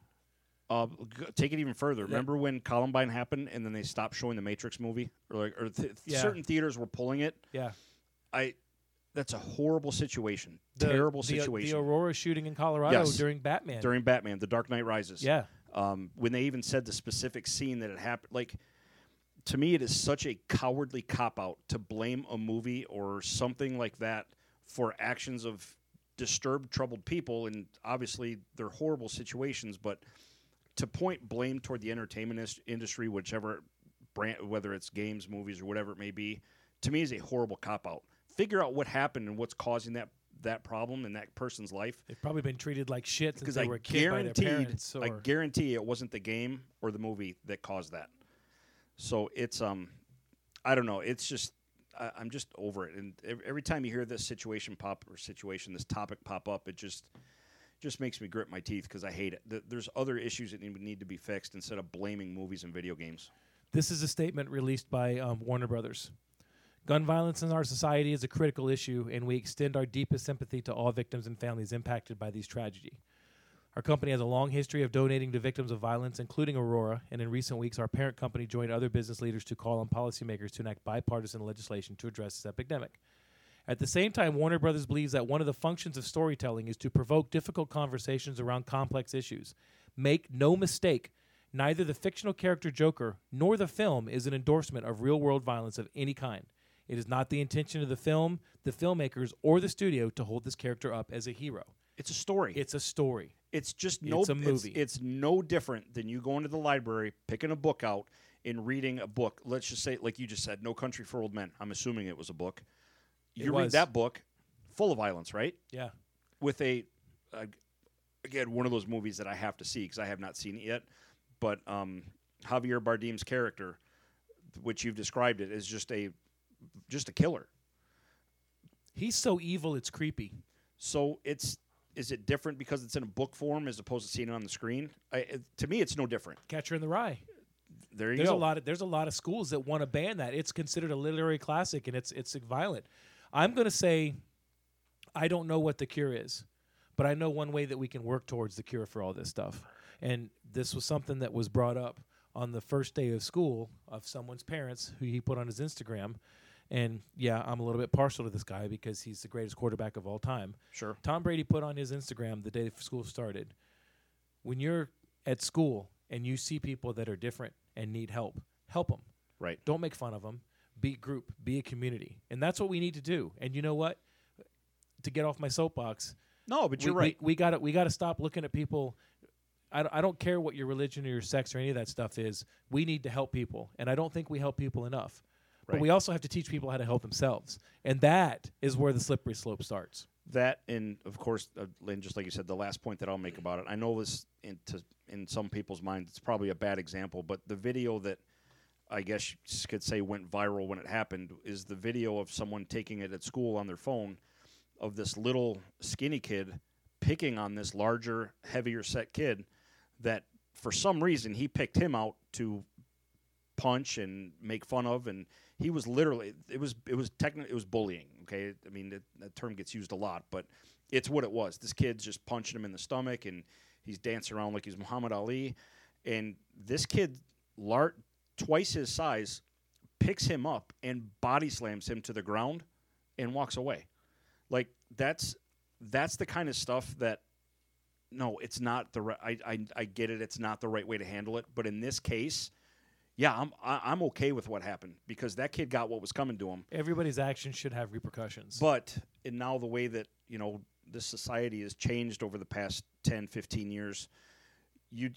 S1: Uh, g- take it even further. Remember when Columbine happened, and then they stopped showing the Matrix movie, or like, or th-
S2: Yeah.
S1: certain theaters were pulling it.
S2: yeah
S1: I. That's a horrible situation.
S2: The-
S1: Terrible
S2: the-
S1: situation.
S2: the aurora shooting in colorado
S1: Yes.
S2: during batman
S1: during Batman, The Dark Knight Rises.
S2: yeah
S1: um, when they even said the specific scene that it happened like to me it is such a cowardly cop out to blame a movie or something like that for actions of disturbed troubled people and obviously they're horrible situations but to point blame toward the entertainment is- industry whichever brand whether it's games movies or whatever it may be to me is a horrible cop out figure out what happened and what's causing that that problem in that person's life
S2: they've probably been treated like shit since
S1: because
S2: they
S1: I
S2: were a kid by their
S1: guaranteed,
S2: parents
S1: I
S2: or-
S1: guarantee it wasn't the game or the movie that caused that. So it's um, I don't know. It's just I, I'm just over it. And ev- every time you hear this situation pop or situation, this topic pop up, it just just makes me grit my teeth because I hate it. Th- There's other issues that need need to be fixed instead of blaming movies and video games.
S2: This is a statement released by um, Warner Brothers. Gun violence in our society is a critical issue, and we extend our deepest sympathy to all victims and families impacted by these tragedy. Our company has a long history of donating to victims of violence, including Aurora, and in recent weeks, our parent company joined other business leaders to call on policymakers to enact bipartisan legislation to address this epidemic. At the same time, Warner Brothers believes that one of the functions of storytelling is to provoke difficult conversations around complex issues. Make no mistake, neither the fictional character Joker nor the film is an endorsement of real world violence of any kind. It is not the intention of the film, the filmmakers, or the studio to hold this character up as a hero.
S1: It's a story.
S2: It's a story.
S1: It's just no.
S2: It's a movie.
S1: It's, no different than you going to the library, picking a book out, and reading a book. Let's just say, like you just said, "No Country for Old Men." I'm assuming it was a book. You read
S2: was.
S1: that book, full of violence, right?
S2: Yeah.
S1: With a, uh, again, one of those movies that I have to see because I have not seen it yet. But um, Javier Bardem's character, which you've described it, is just a, just a killer.
S2: He's so evil, it's creepy.
S1: So it's is it different because it's in a book form as opposed to seeing it on the screen? I, it, to me, it's no different.
S2: Catcher in the Rye.
S1: There you
S2: There's
S1: go.
S2: a lot of there's a lot of schools that want to ban that. It's considered a literary classic and it's it's violent. I'm going to say I don't know what the cure is, but I know one way that we can work towards the cure for all this stuff. And this was something that was brought up on the first day of school of someone's parents who he put on his Instagram And yeah, I'm a little bit partial to this guy because he's the greatest quarterback of all time.
S1: Sure.
S2: Tom Brady put on his Instagram the day school started. When you're at school and you see people that are different and need help, help them.
S1: Right.
S2: Don't make fun of them. Be a group, be a community. And that's what we need to do. And you know what? To get off my soapbox,
S1: No, but
S2: we-
S1: you're
S2: we,
S1: right.
S2: We got to we got to stop looking at people. I, don't- I don't care what your religion or your sex or any of that stuff is. We need to help people, and I don't think we help people enough. But
S1: Right.
S2: we also have to teach people how to help themselves, and that is where the slippery slope starts.
S1: that and of course uh, and just like you said the last point that i'll make about it i know this in, to, in some people's minds it's probably a bad example but the video that i guess you s- could say went viral when it happened is the video of someone taking it at school on their phone of this little skinny kid picking on this larger heavier set kid that for some reason he picked him out to punch and make fun of and he was literally it was it was technically it was bullying okay i mean that, that term gets used a lot but it's what it was this kid's just punching him in the stomach and he's dancing around like he's muhammad ali and this kid lar- twice his size picks him up and body slams him to the ground and walks away like that's that's the kind of stuff that no it's not the right I, I i get it it's not the right way to handle it but in this case yeah i'm I, i'm okay with what happened because that kid got what was coming to him
S2: Everybody's actions should have repercussions.
S1: but and now the way that you know this society has changed over the past 10 15 years you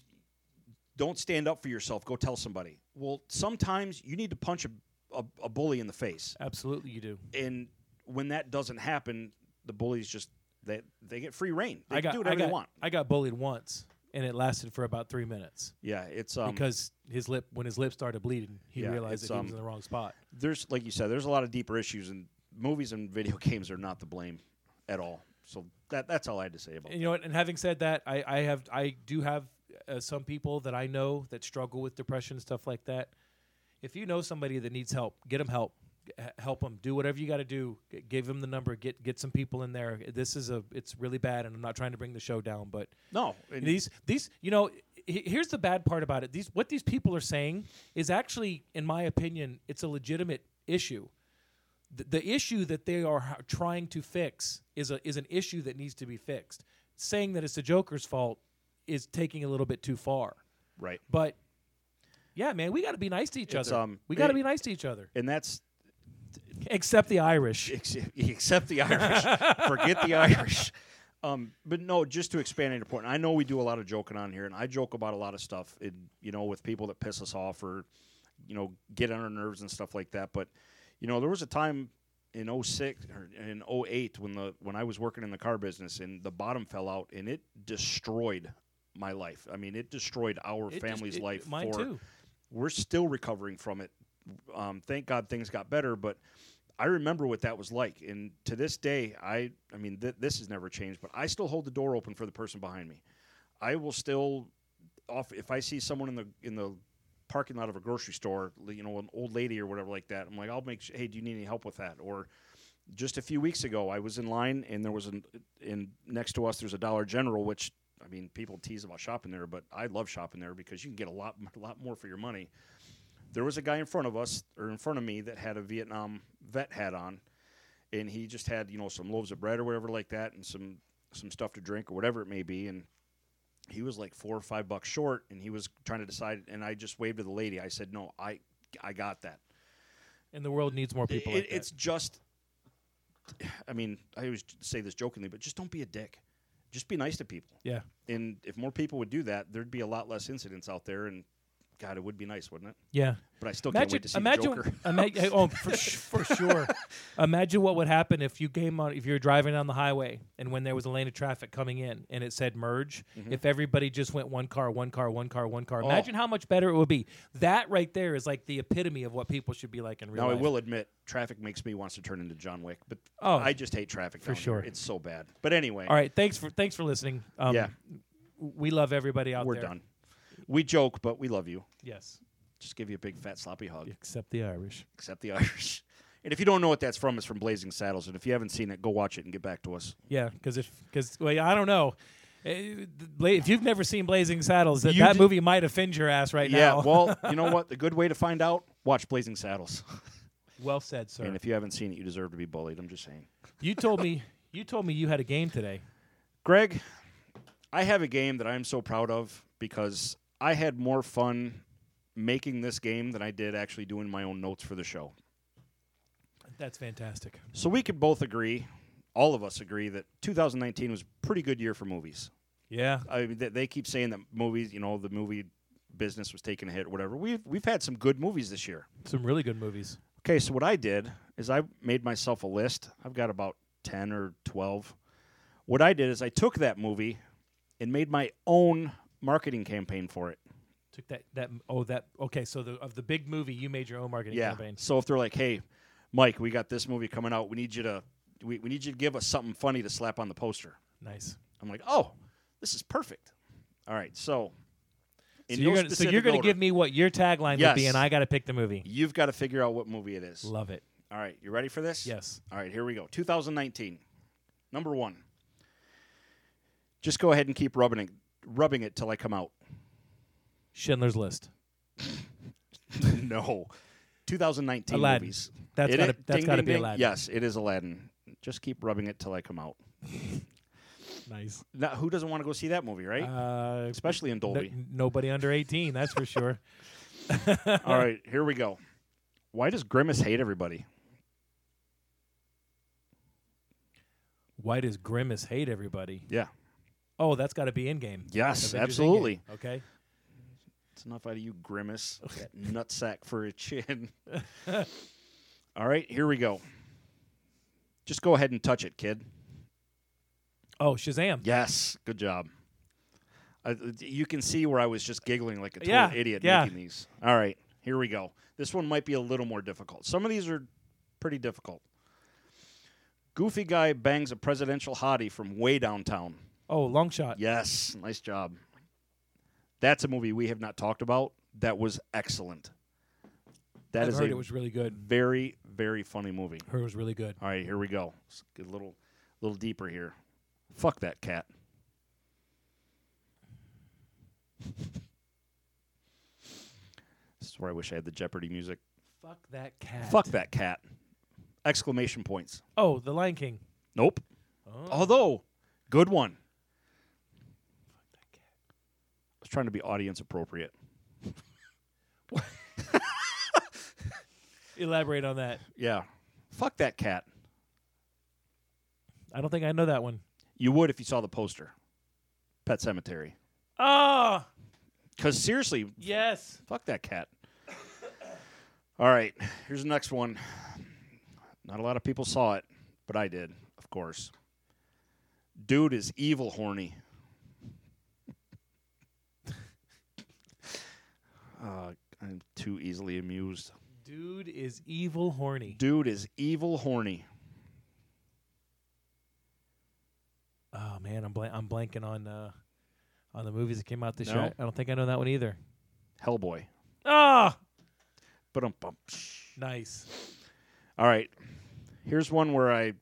S1: don't stand up for yourself go tell somebody well sometimes you need to punch a, a, a bully in the face
S2: Absolutely, you do.
S1: and when that doesn't happen, the bullies just they they get free reign. They
S2: I
S1: can
S2: got
S1: do
S2: I
S1: whatever
S2: got,
S1: they want.
S2: I got bullied once, and it lasted for about three minutes
S1: Yeah, it's um
S2: because his lip when his lip started bleeding, he
S1: yeah,
S2: realized
S1: it's,
S2: that he was
S1: um,
S2: in the wrong spot.
S1: there's like you said, there's a lot of deeper issues, and movies and video [LAUGHS] games are not to blame at all. So that that's all I had to say about.
S2: And
S1: it.
S2: you know what? And having said that, I, I have I do have uh, some people that I know that struggle with depression and stuff like that. If you know somebody that needs help, get them help. G- h- Help them. Do whatever you got to do. G- Give them the number. Get get some people in there. This is a it's really bad, and I'm not trying to bring the show down, but
S1: No, and-
S2: these these you know he- here's the bad part about it. These what these people are saying is actually, in my opinion, it's a legitimate issue the, the issue that they are h- trying to fix is a is an issue that needs to be fixed. Saying that it's the Joker's fault is taking a little bit too far.
S1: right,
S2: But yeah, man, we got to be nice to each
S1: It's,
S2: other.
S1: um,
S2: we got to
S1: it-
S2: be nice to each other,
S1: and that's
S2: except the Irish.
S1: ex- except the
S2: [LAUGHS]
S1: Irish. Forget the Irish. Um, but no, just to expand on your point, I know we do a lot of joking on here, and I joke about a lot of stuff, and you know, with people that piss us off or you know get on our nerves and stuff like that. But you know, there was a time in 06 or in 08 when the when I was working in the car business, and the bottom fell out, and it destroyed my life. I mean, it destroyed our
S2: It just-
S1: family's
S2: it-
S1: life.
S2: mine
S1: for,
S2: too.
S1: we're still recovering from it. Um, thank God things got better, but I remember what that was like. And to this day, I I mean th- this has never changed, but I still hold the door open for the person behind me. I will still off if I see someone in the in the parking lot of a grocery store, li- you know, an old lady or whatever like that. I'm like, I'll make. Sure, hey, do you need any help with that? Or just a few weeks ago, I was in line and there was an in next to us. There's a Dollar General, which I mean, people tease about shopping there, but I love shopping there because you can get a lot [LAUGHS] a lot more for your money. There was a guy in front of us or in front of me that had a Vietnam vet hat on, and he just had you know some loaves of bread or whatever like that, and some some stuff to drink or whatever it may be, and he was like four or five bucks short and he was trying to decide and i just waved to the lady i said no i i got that
S2: And the world needs more people.
S1: It-
S2: like that.
S1: it's just i mean i always say this jokingly but just don't be a dick just be nice to people
S2: yeah.
S1: and if more people would do that there'd be a lot less incidents out there and god it would be nice wouldn't it
S2: Yeah.
S1: but i still can't
S2: Imagine,
S1: wait to see the
S2: [LAUGHS] imagine,
S1: joker [LAUGHS]
S2: imagine oh, for, sh- for sure. Imagine what would happen if you came on, if you were driving down the highway and when there was a lane of traffic coming in and it said merge,
S1: Mm-hmm.
S2: if everybody just went one car, one car, one car, one car,
S1: Oh.
S2: imagine how much better it would be. That right there is like the epitome of what people should be like in real
S1: now i
S2: life.
S1: will admit traffic makes me wants to turn into john wick but
S2: Oh,
S1: i just hate traffic
S2: for
S1: down here.
S2: sure.
S1: it's so bad but anyway
S2: All right. Thanks for, thanks for listening. Um,
S1: Yeah.
S2: We love everybody out
S1: we're
S2: there.
S1: done we joke but we love you
S2: Yes.
S1: just give you a big fat sloppy hug
S2: Except the Irish.
S1: except the [LAUGHS] Irish. And if you don't know what that's from, it's from Blazing Saddles. And if you haven't seen it, go watch it and get back to us.
S2: Yeah. Cause if, cause well, I don't know. Eh, Bla- If you've never seen Blazing Saddles, that,
S1: You
S2: that
S1: did-
S2: movie might offend your ass right
S1: yeah,
S2: now.
S1: well, you know what? The good way to find out, watch Blazing Saddles.
S2: Well said, sir.
S1: And if you haven't seen it, you deserve to be bullied. I'm just saying.
S2: you told me you told me you had a game today.
S1: Greg, I have a game that I'm so proud of because I had more fun making this game than I did actually doing my own notes for the show.
S2: That's fantastic.
S1: So we could both agree, all of us agree, that 2019 was a pretty good year for movies.
S2: Yeah.
S1: I mean, they, they keep saying that movies, you know, the movie business was taking a hit or whatever. We've we've had some good movies this year.
S2: Some really good movies.
S1: Okay, so what I did is I made myself a list. I've got about 10 or 12. What I did is I took that movie and made my own marketing campaign for it.
S2: Took that that oh that okay, so the of the big movie you made your own marketing campaign.
S1: So if they're like, "Hey, Mike, we got this movie coming out. We need you to we, we need you to give us something funny to slap on the poster."
S2: Nice.
S1: I'm like, "Oh, this is perfect." All right. So in
S2: So you're,
S1: no
S2: gonna, so
S1: specific
S2: you're gonna
S1: order,
S2: give me what your tagline would be,
S1: Yes.
S2: and I gotta pick the movie.
S1: You've got to figure out what movie it is.
S2: Love it.
S1: All right, you ready for this?
S2: Yes.
S1: All right, here we go. 2019. Number 1. Just go ahead and keep rubbing it rubbing it till I
S2: [LAUGHS]
S1: come out.
S2: Schindler's List.
S1: no. 2019
S2: Aladdin.
S1: movies.
S2: That's
S1: It
S2: gotta-
S1: is-
S2: that's
S1: ding,
S2: gotta
S1: ding,
S2: be
S1: ding.
S2: Aladdin.
S1: Yes, it is Aladdin. Just keep rubbing it till I come out.
S2: Nice.
S1: Now, who doesn't want to go see that movie, right?
S2: Uh,
S1: Especially in
S2: no- [LAUGHS]
S1: Dolby.
S2: nobody under 18, that's
S1: [LAUGHS]
S2: for sure.
S1: All right, here we go. Why does Grimace hate everybody?
S2: Why does Grimace hate everybody?
S1: Yeah,
S2: Oh, that's got to be in game.
S1: Yes, absolutely.
S2: Okay.
S1: it's enough out of you, Grimace. that nutsack for a chin. [LAUGHS] All right, here we go. Just go ahead and touch it, kid.
S2: Oh, Shazam.
S1: Yes, good job. I, you can see where I was just giggling like a total
S2: Yeah,
S1: idiot
S2: yeah.
S1: making these. All right, here we go. This one might be a little more difficult. Some of these are pretty difficult. Goofy guy bangs a presidential hottie from way downtown.
S2: Oh, long shot.
S1: Yes, nice job. That's a movie we have not talked about. That was excellent. That
S2: I've
S1: is
S2: heard
S1: a
S2: it was really good.
S1: very, very funny movie.
S2: Heard it was really good.
S1: All right, here we go. Let's get a little, little deeper here. Fuck that cat. [LAUGHS] this is where I wish I had the Jeopardy music.
S2: Fuck that cat.
S1: Fuck that cat! Exclamation points.
S2: Oh, The Lion King.
S1: Nope. Although, good one. I was trying to be audience appropriate.
S2: Elaborate on that.
S1: Yeah. Fuck that cat.
S2: I don't think I know that one.
S1: You would if you saw the poster. Pet Cemetery.
S2: Oh,
S1: Because seriously,
S2: yes.
S1: fuck that cat. All right. Here's the next one. Not a lot of people saw it, but I did, of course. Dude is evil horny. [LAUGHS] uh, I'm too easily amused.
S2: Dude is evil horny.
S1: Dude is evil horny.
S2: Oh man, I'm blan I'm blanking on uh, on the movies that came out this
S1: No.
S2: year. I don't think I know that one either.
S1: Hellboy.
S2: Ah,
S1: But um
S2: nice. [LAUGHS]
S1: All right. Here's one where I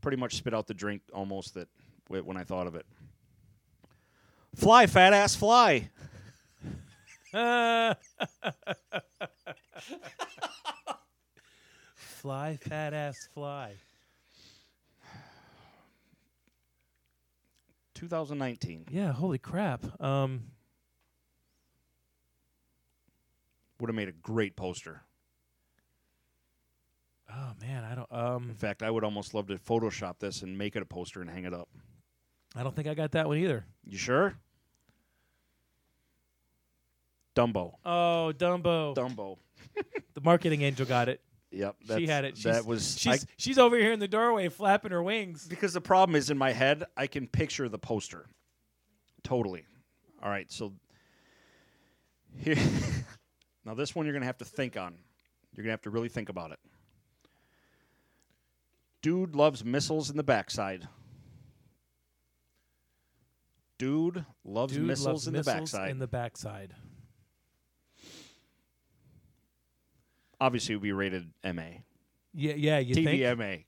S1: pretty much spit out the drink almost that wh- when I thought of it. Fly, fat ass, fly.
S2: Ah. fly, fat ass, fly.
S1: 2019
S2: Yeah, holy crap. Um,
S1: would have made a great poster.
S2: oh man, I don't. Um,
S1: In fact, I would almost love to Photoshop this and make it a poster and hang it up.
S2: I don't think I got that one either.
S1: You sure? Dumbo.
S2: Oh, Dumbo.
S1: Dumbo.
S2: the marketing angel got it.
S1: Yep.
S2: she
S1: that's-
S2: had it. She's,
S1: that was I-
S2: she's she's over here in the doorway flapping her wings.
S1: because the problem is in my head i can picture the poster totally all right so here [LAUGHS] now this one you're going to have to think on you're going to have to really think about it dude loves missiles in the backside dude loves
S2: Dude
S1: missiles
S2: loves
S1: in
S2: missiles
S1: the backside
S2: In the backside.
S1: obviously it would be rated ma
S2: Yeah, yeah. You think?
S1: tvma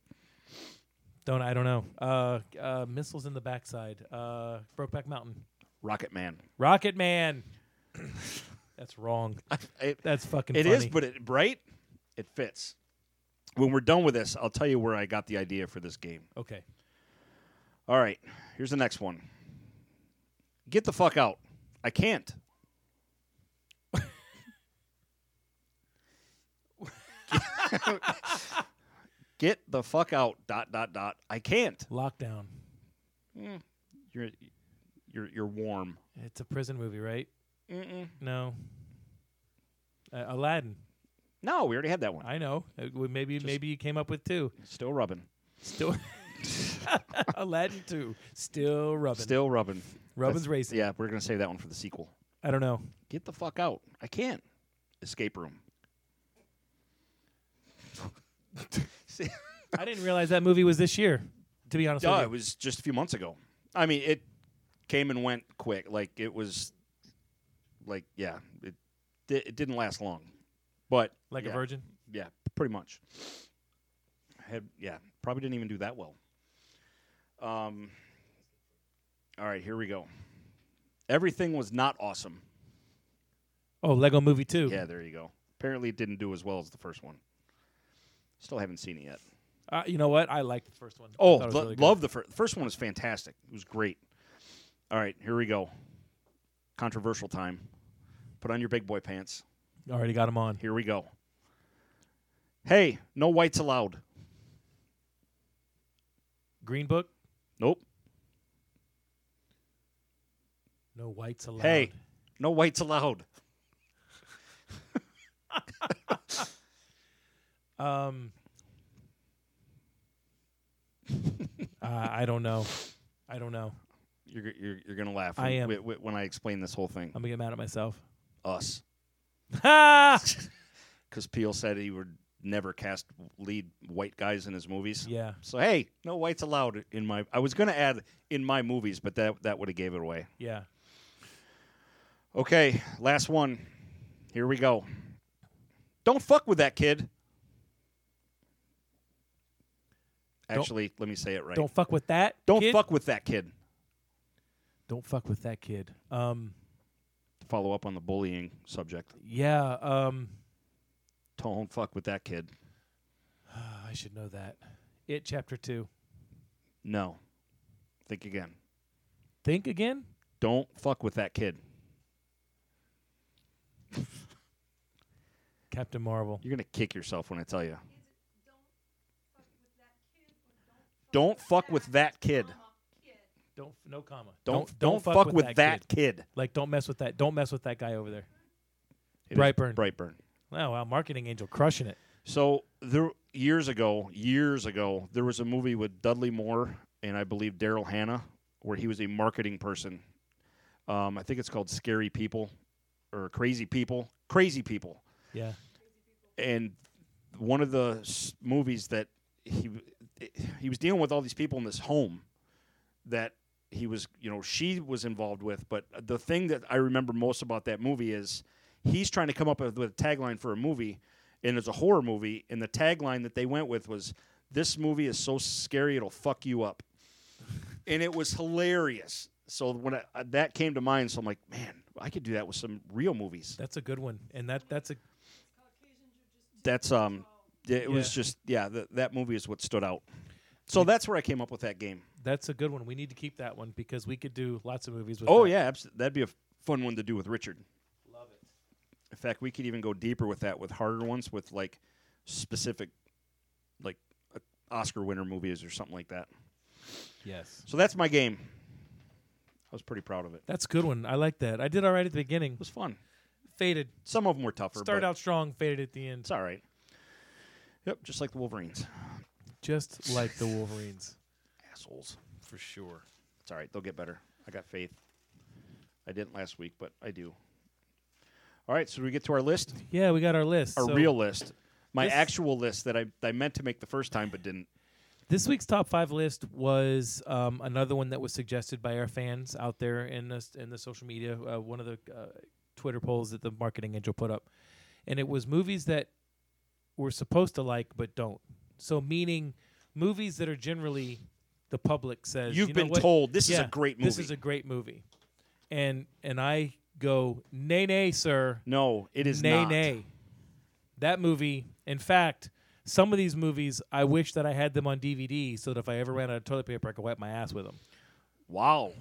S2: Don't I don't know. Uh, uh, missiles in the backside. Uh, Brokeback Mountain.
S1: rocket man
S2: Rocket Man. [COUGHS] That's wrong.
S1: it,
S2: That's fucking.
S1: it
S2: funny.
S1: is but it right it fits When we're done with this, I'll tell you where I got the idea for this game.
S2: Okay.
S1: All right, here's the next one. Get the fuck out. I can't. Get the fuck out. Dot dot dot. I can't.
S2: Lockdown.
S1: You're you're you're warm.
S2: It's a prison movie, right?
S1: Mm-mm.
S2: No. Uh, Aladdin.
S1: No, we already had that one.
S2: I know. Uh, well, maybe maybe you came up with two.
S1: Still rubbing.
S2: Still [LAUGHS] Aladdin two. Still rubbing.
S1: Still rubbing.
S2: Rubbin's
S1: That's-
S2: racing.
S1: Yeah, we're gonna save that one for the sequel.
S2: I don't know.
S1: Get the fuck out. I can't. Escape room. See,
S2: I didn't realize that movie was this year. To be honest
S1: duh,
S2: with
S1: it
S2: you,
S1: was just a few months ago. I mean, it came and went quick. Like it was, like yeah, it di- it didn't last long, but
S2: like
S1: yeah,
S2: a virgin.
S1: Yeah, pretty much. Had yeah, probably didn't even do that well. Um. All right, here we go. Everything was not awesome.
S2: Oh, Lego Movie two.
S1: Yeah, there you go. Apparently, it didn't do as well as the first one. Still haven't seen it yet.
S2: Uh, you know what? I liked the first one. I
S1: Oh,
S2: thought it was
S1: lo-
S2: really good.
S1: love the first. The first one was fantastic. It was great. All right, here we go. Controversial time. Put on your big boy pants.
S2: Already got him on.
S1: Here we go. Hey, no whites allowed.
S2: Green Book.
S1: Nope.
S2: No whites allowed.
S1: Hey, no whites allowed.
S2: Um, [LAUGHS] uh, I don't know. I don't know.
S1: You're g- you're, you're gonna laugh.
S2: I
S1: when-
S2: am.
S1: wi- wi- when I explain this whole thing.
S2: I'm gonna get mad at myself. [LAUGHS]
S1: Us,
S2: Ha!
S1: because Peel said he would never cast lead white guys in his movies.
S2: yeah.
S1: So hey, no whites allowed in my. I was gonna add in my movies, but that that would have gave it away.
S2: Yeah.
S1: Okay, last one. Here we go. Don't fuck with that kid. Actually, let me say it right.
S2: Don't fuck with that.
S1: Don't
S2: kid.
S1: fuck with that kid.
S2: Don't fuck with that kid. Um.
S1: To follow up on the bullying subject.
S2: Yeah. Um.
S1: Don't fuck with that kid.
S2: uh, I should know that. It chapter two.
S1: No. Think again.
S2: Think again.
S1: Don't fuck with that kid.
S2: Captain Marvel.
S1: You're gonna kick yourself when I tell you. Don't fuck with that kid.
S2: Don't no comma.
S1: Don't don't, fuck, with, that,
S2: kid.
S1: kid.
S2: Like don't mess with that. Don't mess with that guy over there.
S1: It is
S2: Brightburn.
S1: Brightburn.
S2: Oh wow, marketing angel crushing it.
S1: So there years ago, years ago, there was a movie with Dudley Moore and I believe Daryl Hannah, where he was a marketing person. Um, I think it's called Scary People or Crazy People. Crazy People.
S2: Yeah.
S1: and one of the s- movies that he he was dealing with all these people in this home that he was you know she was involved with but the thing that i remember most about that movie is he's trying to come up with, with a tagline for a movie and it's a horror movie and the tagline that they went with was this movie is so scary it'll fuck you up and it was hilarious so when I, that came to mind so i'm like man i could do that with some real movies
S2: That's a good one. And that that's a
S1: that's um yeah, it was
S2: Yeah.
S1: just yeah th- that movie is what stood out so that's where i came up with that game
S2: that's a good one. We need to keep that one because we could do lots of movies with
S1: oh
S2: that.
S1: yeah abs- that'd be a f- fun one to do with richard
S2: Love it.
S1: in fact we could even go deeper with that with harder ones with like specific like uh, oscar winner movies or something like that
S2: Yes.
S1: so that's my game i was pretty proud of it
S2: That's a good one. I like that. I did all right at the
S1: it
S2: beginning.
S1: was fun
S2: Faded.
S1: some of them were tougher
S2: Started
S1: but
S2: out strong, faded at the end.
S1: it's all right yep just like the wolverines
S2: Just like the
S1: [LAUGHS]
S2: Wolverines.
S1: assholes for sure it's all right they'll get better i got faith i didn't last week but i do all right so we get to our list
S2: Yeah, we got our list.
S1: our
S2: So
S1: real list my
S2: this-
S1: actual list that I, I meant to make the first time but didn't
S2: This week's top five list was um, another one that was suggested by our fans out there in the, in the social media, uh, one of the uh, Twitter polls that the marketing angel put up. And it was movies that we're supposed to like but don't. So, meaning movies that are generally the public says
S1: you've
S2: "You know
S1: been
S2: what?
S1: told this is
S2: Yeah,
S1: a great movie
S2: This is a great movie. And and I go, nay, nay, sir.
S1: no it is
S2: nay,
S1: not
S2: nay. That movie, in fact, Some of these movies, I wish that I had them on DVD so that if I ever ran out of toilet paper, I could wipe my ass with them.
S1: Wow.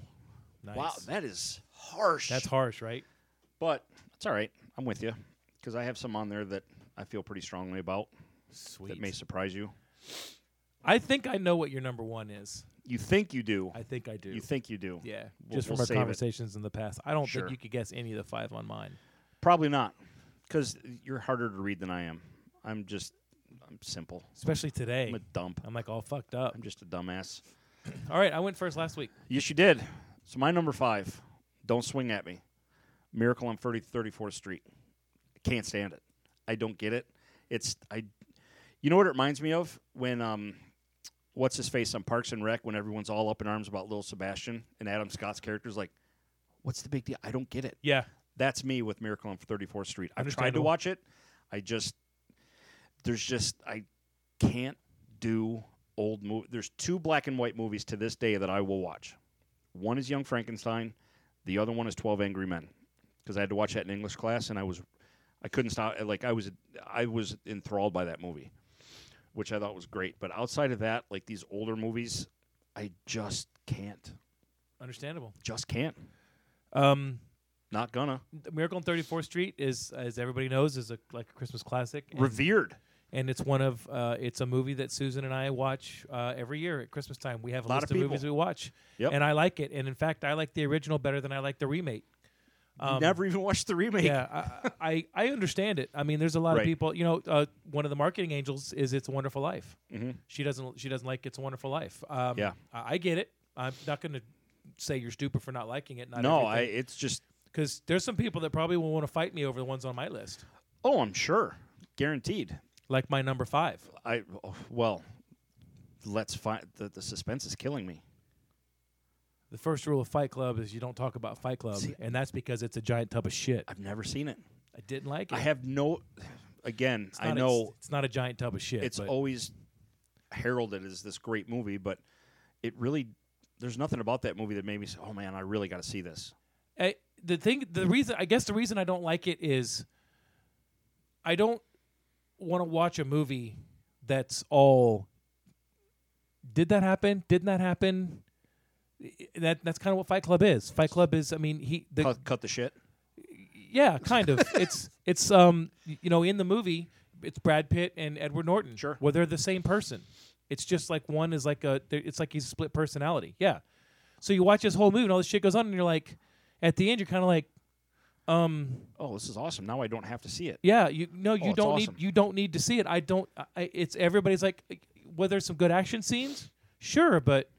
S2: Nice.
S1: Wow, that is harsh.
S2: That's harsh, right?
S1: But it's all right. I'm with you because I have some on there that I feel pretty strongly about
S2: Sweet.
S1: that may surprise you.
S2: I think I know what your number one is.
S1: You think you do.
S2: I think I do.
S1: You think you do.
S2: yeah.
S1: We'll-
S2: Just
S1: we'll
S2: from
S1: save it.
S2: our conversations in the past, I don't
S1: Sure.
S2: think you could guess any of the five on mine.
S1: Probably not because you're harder to read than I am. I'm just, I'm simple.
S2: Especially today.
S1: I'm a dump.
S2: I'm like all fucked up.
S1: I'm just a dumbass.
S2: All right, I went first last week.
S1: Yes, you did. So my number five, don't swing at me. Miracle on 30, 34th Street. I can't stand it. I don't get it. It's I. You know what it reminds me of when um, what's his face on Parks and Rec when everyone's all up in arms about Little Sebastian and Adam Scott's character's like, what's the big deal? I don't get it.
S2: Yeah.
S1: That's me with Miracle on 34th Street. I've tried to
S2: Understandable.
S1: watch it. I just there's just I can't do old movie. There's two black and white movies to this day that I will watch. One is Young Frankenstein, the other one is 12 Angry Men because I had to watch that in English class and I was I couldn't stop like I was I was enthralled by that movie, which I thought was great. But outside of that, like these older movies, I just can't.
S2: Understandable.
S1: Just can't.
S2: Um,
S1: Not gonna.
S2: Miracle on 34th Street is, as everybody knows, is a like a Christmas classic, and,
S1: Revered.
S2: and it's one of uh, it's a movie that Susan and I watch uh, every year at Christmas time. We have a,
S1: Lot
S2: list
S1: of
S2: of, movies we
S1: people.
S2: watch,
S1: Yep.
S2: and I like it. And in fact, I like the original better than I like the remake. Um,
S1: Never even watched the remake.
S2: [LAUGHS] Yeah, I, I I understand it. I mean, there's a lot
S1: Right.
S2: of people. You know, uh, one of the marketing angels is It's a Wonderful Life.
S1: Mhm.
S2: She doesn't she doesn't like It's a Wonderful Life. Um,
S1: Yeah.
S2: I, I get it. I'm not going to say you're stupid for not liking it. Not
S1: No, I. It's just.
S2: because there's some people that probably will want to fight me over the ones on my list,
S1: Oh, I'm sure, guaranteed.
S2: like my number five.
S1: I. oh, Well, let's find. The, the suspense is killing me.
S2: The first rule of Fight Club is you don't talk about Fight Club, and that's because it's a giant tub of shit. I,
S1: I've never seen it.
S2: didn't like it.
S1: I have no. Again,
S2: It's
S1: I
S2: not a-
S1: know
S2: it's not a giant tub of shit.
S1: it's
S2: but
S1: always heralded as this great movie, but it really. There's nothing about that movie that made me say, "Oh man, I really got to see this."
S2: I, the thing the reason i guess the reason i don't like it is i don't want to watch a movie that's all did that happen didn't that happen I- I- that that's kind of what fight club is fight club is i mean he the,
S1: Cut, cut the shit.
S2: yeah
S1: [LAUGHS]
S2: kind of it's it's um y- you know in the movie it's brad pitt and edward norton
S1: Sure.
S2: well they're the same person it's just like one is like a they're- it's like he's a split personality yeah so you watch this whole movie and all this shit goes on and you're like at the end you're kind of like um
S1: Oh, this is awesome. Now I don't have to see it.
S2: yeah, you no, you
S1: Oh, it's
S2: don't
S1: awesome.
S2: need you don't need to see it. I don't. I, it's everybody's like, well, there's some good action scenes, sure, but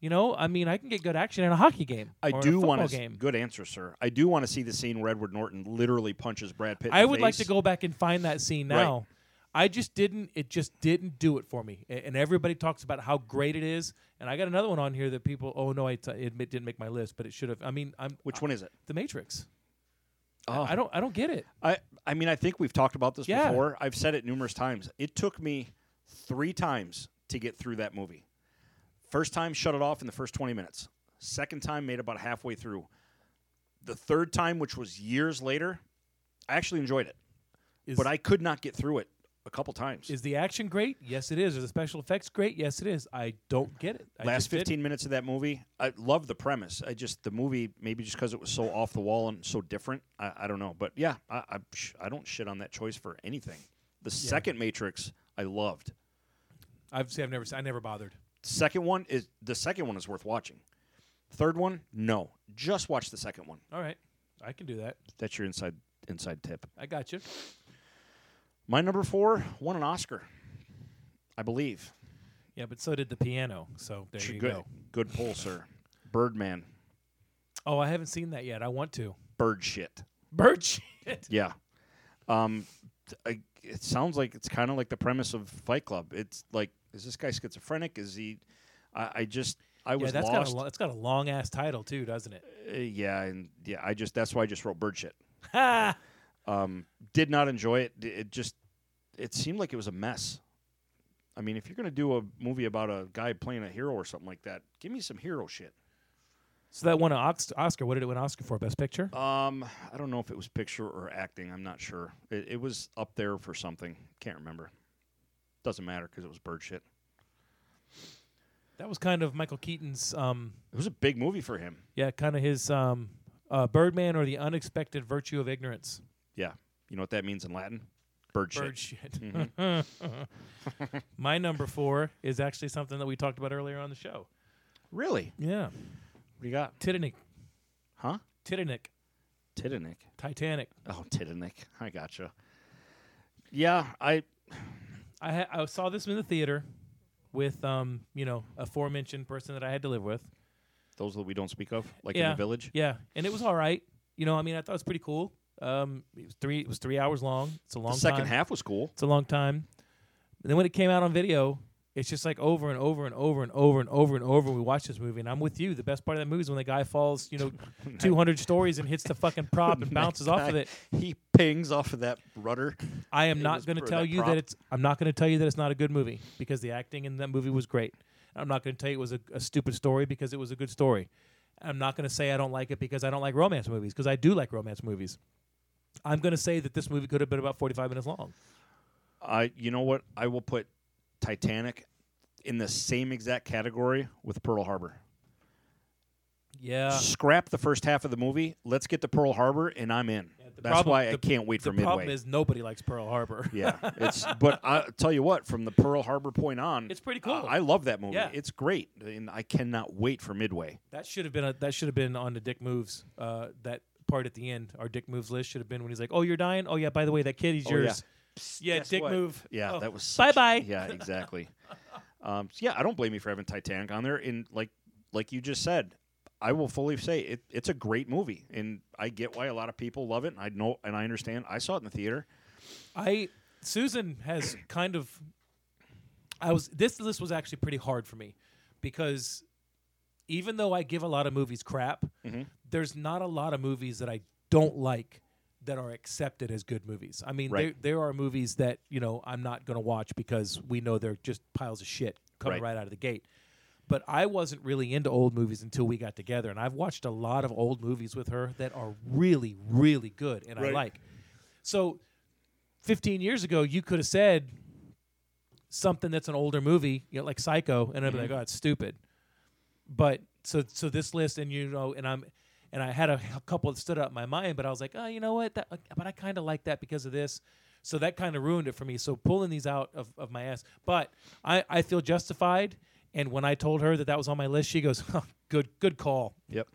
S2: you know, I mean, I can get good action in a hockey game.
S1: I
S2: or in a
S1: do want
S2: football
S1: to.
S2: game.
S1: Good answer, sir. I do want to see the scene where Edward Norton literally punches Brad Pitt. in
S2: I
S1: the
S2: would like to
S1: face.
S2: go back and find that scene
S1: Right.
S2: now. I just didn't. It just didn't do it for me. A- And everybody talks about how great it is. And I got another one on here that people. Oh no, I t- it ma- didn't make my list, but it should have. I mean, I'm
S1: Which one is it?
S2: The Matrix.
S1: Oh.
S2: I don't. I don't get it.
S1: I I mean I think we've talked about this
S2: Yeah.
S1: before. I've said it numerous times. It took me 3 times to get through that movie. First time shut it off in the first 20 minutes. Second time made about halfway through. The third time which was years later, I actually enjoyed it.
S2: Is-
S1: but I could not get through it a couple times.
S2: Is the action great? Yes, it is. Are the special effects great? Yes, it is. I don't get it. I
S1: Last
S2: just didn't.
S1: 15 minutes of that movie, I love the premise. I just the movie maybe just cuz it was so off the wall and so different. I, I don't know, but yeah, I I, sh- I don't shit on that choice for anything. The second Matrix I loved.
S2: I've see, I've never I never bothered.
S1: Second one is the second one is worth watching. Third one, no. Just watch the second one.
S2: All right, I can do that.
S1: That's your inside inside tip.
S2: I got you.
S1: My number four won an Oscar, I believe.
S2: Yeah, but so did the piano. So there you
S1: good,
S2: go.
S1: good pull, sir. Birdman,
S2: Oh, I haven't seen that yet. I want to.
S1: bird shit.
S2: Bird [LAUGHS] shit.
S1: Yeah. Um, t- I, it sounds like it's kind of like the premise of Fight Club. It's like, is this guy schizophrenic? Is he? I, I just, I
S2: Yeah,
S1: was
S2: that's got
S1: lost.
S2: a lo- that's got a long ass title too, doesn't it?
S1: Uh, yeah, and yeah, I just that's why I just wrote bird shit.
S2: Ha!
S1: Um, did not enjoy it. D- It just it seemed like it was a mess. I mean, if you're gonna do a movie about a guy playing a hero or something like that, give me some hero shit.
S2: So that won an Ox- Oscar. What did it win Oscar for? Best Picture.
S1: Um, I don't know if it was picture or acting. I'm not sure. It, it was up there for something. Can't remember. Doesn't matter because it was bird shit.
S2: That was kind of Michael Keaton's, um,
S1: It was a big movie for him.
S2: yeah, kind of his um, uh, Birdman or the Unexpected Virtue of Ignorance.
S1: Yeah. You know what that means in Latin? Bird,
S2: Bird
S1: shit. Mm-hmm.
S2: shit. [LAUGHS] My number four is actually something that we talked about earlier on the show.
S1: Really?
S2: Yeah,
S1: What do you got?
S2: Titanic,
S1: Huh?
S2: Titanic,
S1: Titanic.
S2: Titanic.
S1: Oh, Titanic. I gotcha. Yeah, I
S2: I ha- I saw this in the theater with um, you know, aforementioned person that I had to live with.
S1: those that we don't speak of, like in
S2: yeah,
S1: the village.
S2: Yeah, and it was all right. You know, I mean, I thought it was pretty cool. Um, it was three. It was three hours long. It's a long.
S1: the second
S2: time.
S1: half was cool.
S2: It's a long time. And then when it came out on video, it's just like over and over and over and over and over and over. We watch this movie, and I'm with you. The best part of that movie is when the guy falls,
S1: [LAUGHS]
S2: you know, 200 stories and hits the fucking prop and bounces off of it.
S1: He pings off of that rudder.
S2: I am not
S1: was
S2: going to
S1: br-
S2: tell
S1: that
S2: you
S1: prop.
S2: that it's. I'm not going to tell you that it's not a good movie because the acting in that movie was great. I'm not going to tell you it was a, a stupid story because it was a good story. I'm not going to say I don't like it because I don't like romance movies because I do like romance movies. I'm going to say that this movie could have been about 45 minutes long.
S1: I you know what? I will put Titanic in the same exact category with Pearl Harbor.
S2: Yeah.
S1: Scrap the first half of the movie. Let's get to Pearl Harbor, and I'm in.
S2: The
S1: That's
S2: problem-
S1: why I
S2: the-
S1: can't wait for
S2: The problem
S1: midway.
S2: is nobody likes Pearl Harbor. [LAUGHS]
S1: yeah, it's but I tell you what, from the Pearl Harbor point on,
S2: It's pretty cool.
S1: I, I love that movie.
S2: Yeah.
S1: It's great, and I cannot wait for midway.
S2: That should have been a, that should have been on the Dick moves. Uh, that part at the end, our Dick moves list should have been when he's like, "Oh, you're dying. Oh yeah, by the way, that kid is
S1: Oh, yeah.
S2: yours. Yeah,
S1: Guess
S2: Dick
S1: what?
S2: move.
S1: Yeah,
S2: Oh,
S1: that was such-
S2: bye-bye. [LAUGHS]
S1: Yeah, exactly. um, so yeah, I don't blame you for having Titanic on there. And like like you just said, I will fully say it, it's a great movie, and I get why a lot of people love it. And I know and I understand. I saw it in the theater.
S2: I Susan has kind of. I was this list was actually pretty hard for me, because even though I give a lot of movies crap,
S1: Mm-hmm.
S2: there's not a lot of movies that I don't like that are accepted as good movies. I mean,
S1: Right.
S2: there there are movies that you know I'm not going to watch because we know they're just piles of shit coming
S1: Right.
S2: right out of the gate. But I wasn't really into old movies until we got together, and I've watched a lot of old movies with her that are really, really good, and I
S1: Right.
S2: like. So 15 years ago, you could have said something that's an older movie, you know, like Psycho, and I'd be like, "Oh, it's stupid." But so so this list, and you know, and I'm and I had a, h- couple that stood out in my mind, but I was like, "Oh, you know what?" That, but I kind of like that because of this. So that kind of ruined it for me. So pulling these out of, of my ass, but I, I feel justified. And when I told her that that was on my list, she goes, huh, "Good good call." [LAUGHS]
S1: Yep.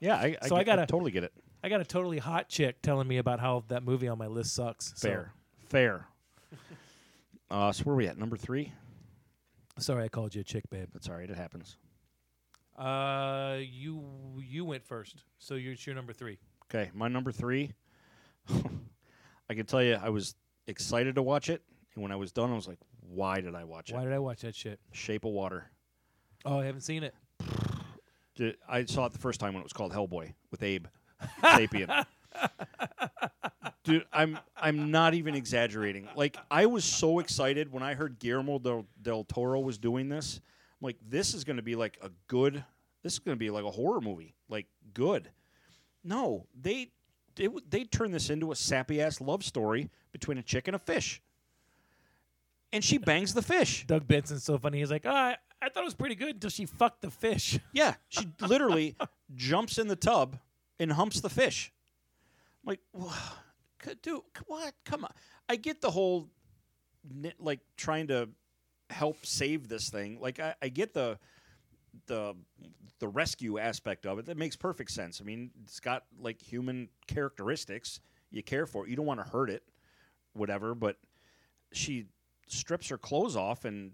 S1: yeah, I, I,
S2: So I
S1: get- I
S2: gotta-
S1: totally get it.
S2: I got a totally hot chick telling me about how that movie on my list sucks. So-
S1: Fair, fair. uh, so where are we at? Number three.
S2: sorry, I called you a chick, babe.
S1: That's all right. It happens.
S2: Uh, you you went first, so you're, it's your number three.
S1: Okay, my number three. [LAUGHS] I can tell you, I was excited to watch it, and when I was done, I was like, "Why did I watch
S2: Why
S1: it?"
S2: did I watch that shit?
S1: Shape of Water.
S2: Oh, I haven't seen it.
S1: Ju- I saw it the first time when it was called Hellboy with Abe Sapien. Dude, I'm I'm not even exaggerating. Like I was so excited when I heard Guillermo del, del Toro was doing this. I'm like, this is going to be like a good. This is going to be like a horror movie. Like good. No, they it, w- they turned this into a sappy ass love story between a chick and a fish. And she bangs the fish.
S2: Doug Benson's so funny. He's like, oh, I, I thought it was pretty good until she fucked the fish.
S1: Yeah, she literally jumps in the tub and humps the fish. I'm like, "Wha- could do what? Come on. I get the whole ni- like trying to help save this thing. Like I, I get the the the rescue aspect of it. That makes perfect sense. I mean, it's got like human characteristics. You care for it. You don't want to hurt it, whatever. But she strips her clothes off and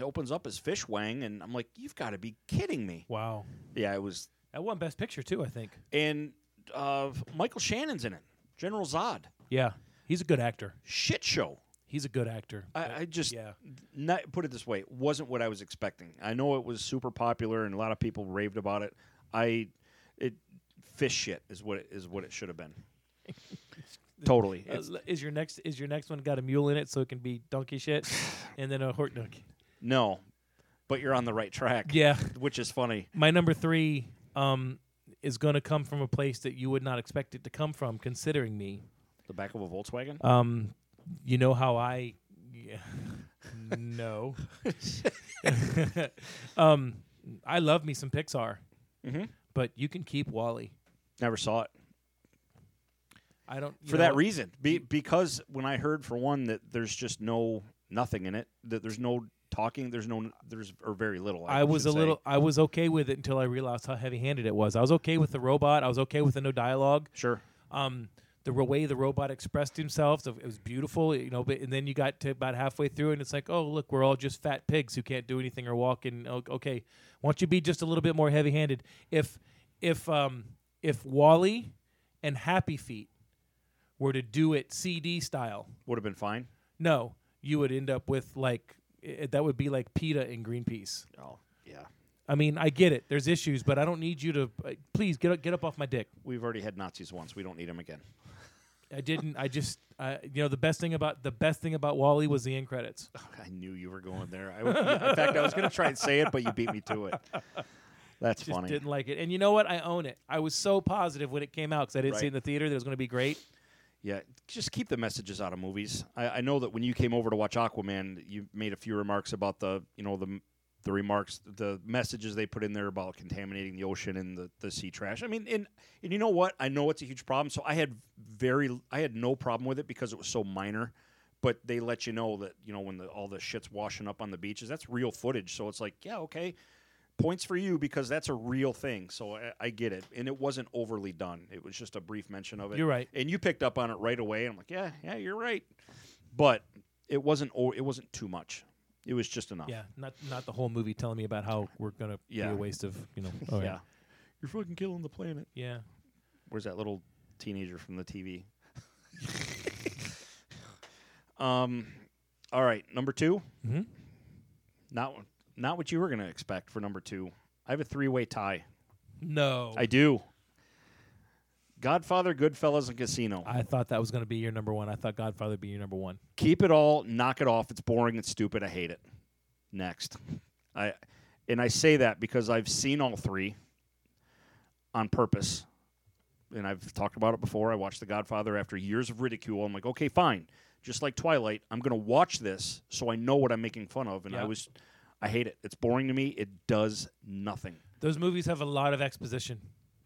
S1: opens up his fish wang, and I'm like, you've got to be kidding me.
S2: [LAUGHS] Wow,
S1: Yeah, it was.
S2: that won Best Picture too, I think.
S1: And uh, Michael Shannon's in it. General Zod.
S2: Yeah, he's a good actor.
S1: Shit show.
S2: He's a good actor.
S1: I, I just
S2: Yeah.
S1: not, put it this way, it wasn't what I was expecting. I know it was super popular and a lot of people raved about it. I it fish shit is what it, is what it should have
S2: [LAUGHS]
S1: been. totally.
S2: Uh,
S1: It's-
S2: l- is your next is your next one got a mule in it so it can be donkey shit, [SIGHS] and then a hort donkey?
S1: no, but you're on the right track.
S2: Yeah.
S1: which is funny.
S2: my number three um, is going to come from a place that you would not expect it to come from, considering me. Uh,
S1: The back of a Volkswagen.
S2: Um, you know how I, no. [LAUGHS] um, I love me some Pixar,
S1: Mhm.
S2: but you can keep Wally.
S1: Never saw it
S2: I don't you
S1: for that
S2: know,
S1: reason. Be, because when I heard for one that there's just no nothing in it, that there's no talking, there's no there's or very little. I,
S2: I was
S1: should
S2: a
S1: say.
S2: little. I was okay with it until I realized how heavy-handed it was. I was okay with the robot. I was okay with the no dialogue.
S1: sure.
S2: um, the ro- way the robot expressed himself. the- It was beautiful, you know. But and then you got to about halfway through, and it's like, oh look, we're all just fat pigs who can't do anything or walk. And o- okay, why don't you be just a little bit more heavy-handed? If if um, if Wally and Happy Feet were to do it CD style,
S1: Would have been fine.
S2: no, you would end up with like i that would be like PETA and Greenpeace.
S1: Oh yeah,
S2: I mean, I get it. There's issues, but I don't need you to. uh, Please get up, get up off my dick.
S1: we've already had Nazis once. We don't need them again.
S2: I didn't. I just, I, you know, the best thing about the best thing about Wally was the end credits.
S1: [LAUGHS] I knew you were going there. I, [LAUGHS] in fact, I was going to try and say it, but you beat me to [LAUGHS] it. That's
S2: Just
S1: funny.
S2: didn't like it. And you know what? I own it. I was so positive when it came out because I didn't
S1: Right.
S2: see it in the theater that it was going to be great.
S1: Yeah, just keep the messages out of movies. I, I know that when you came over to watch Aquaman, you made a few remarks about the, you know, the the remarks, the messages they put in there about contaminating the ocean and the, the sea trash. I mean, and and you know what? I know it's a huge problem. So I had very, I had no problem with it because it was so minor. But they let you know that you know when the, all the shit's washing up on the beaches, that's real footage. So it's like, yeah, okay, points for you because that's a real thing. So I, I get it, and it wasn't overly done. It was just a brief mention of it.
S2: You're right.
S1: and you picked up on it right away. I'm like, yeah, yeah, you're right, but it wasn't. o- It wasn't too much. It was just enough.
S2: Yeah, not not the whole movie telling me about how we're going to
S1: Yeah.
S2: be a waste of, you know. oh,
S1: yeah.
S2: yeah.
S1: You're fucking killing the planet.
S2: Yeah.
S1: Where's that little teenager from the [LAUGHS] TV? um, all right, number 2
S2: Mhm.
S1: Not not what you were gonna expect for number two. I have a three way tie.
S2: No.
S1: I do. Godfather, Goodfellas, and Casino.
S2: I thought that was going to be your number one. I thought Godfather would be your number one.
S1: Keep it all. Knock it off. It's boring. It's stupid. I hate it. Next, I and I say that because I've seen all three on purpose, and I've talked about it before. I watched The Godfather after years of ridicule. I'm like, okay, fine. Just like Twilight, I'm going to watch this so I know what I'm making fun of. And I
S2: Yeah.
S1: was, I hate it. It's boring to me. It does nothing.
S2: Those movies have a lot of exposition.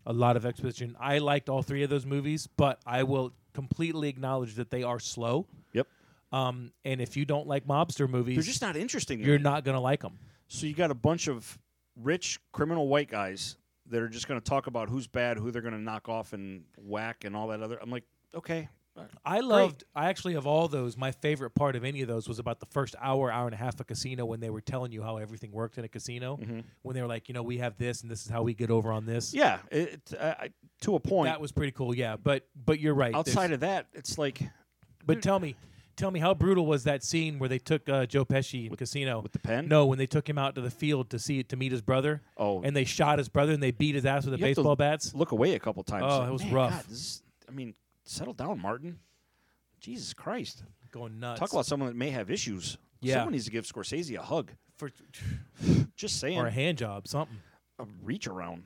S2: A lot of exposition. I liked all three of those movies, but I will completely acknowledge that they are slow.
S1: Yep.
S2: Um, and if you don't like mobster movies,
S1: They're just not interesting. to
S2: you're
S1: me.
S2: not gonna like them.
S1: So you got a bunch of rich criminal white guys that are just going to talk about who's bad, who they're going to knock off and whack and all that other. I'm like, okay,
S2: I loved. I actually of all those, my favorite part of any of those was about the first hour, hour and a half of casino when they were telling you how everything worked in a casino. When they were like, you know, we have this and this is how we get over on this.
S1: Mm-hmm. yeah, it, it- I, I- to a point.
S2: that was pretty cool. Yeah, but but you're right. there's-
S1: Outside of that, it's like
S2: but tell me, tell me how brutal was that scene where they took uh, Joe Pesci in casino
S1: with the pen?
S2: No, when they took him out to the field to see to meet his brother.
S1: Oh.
S2: and they shot his brother and they beat his ass with the
S1: You have to
S2: baseball bats.
S1: look away a couple times.
S2: Oh,
S1: Like,
S2: it was
S1: man,
S2: rough.
S1: God, this is- I mean, settle down, Martin. Jesus Christ!
S2: Going nuts.
S1: Talk about someone that may have issues.
S2: Yeah.
S1: someone needs to give Scorsese a hug.
S2: For,
S1: Just saying,
S2: or
S1: a,
S2: a hand job, something.
S1: reach around.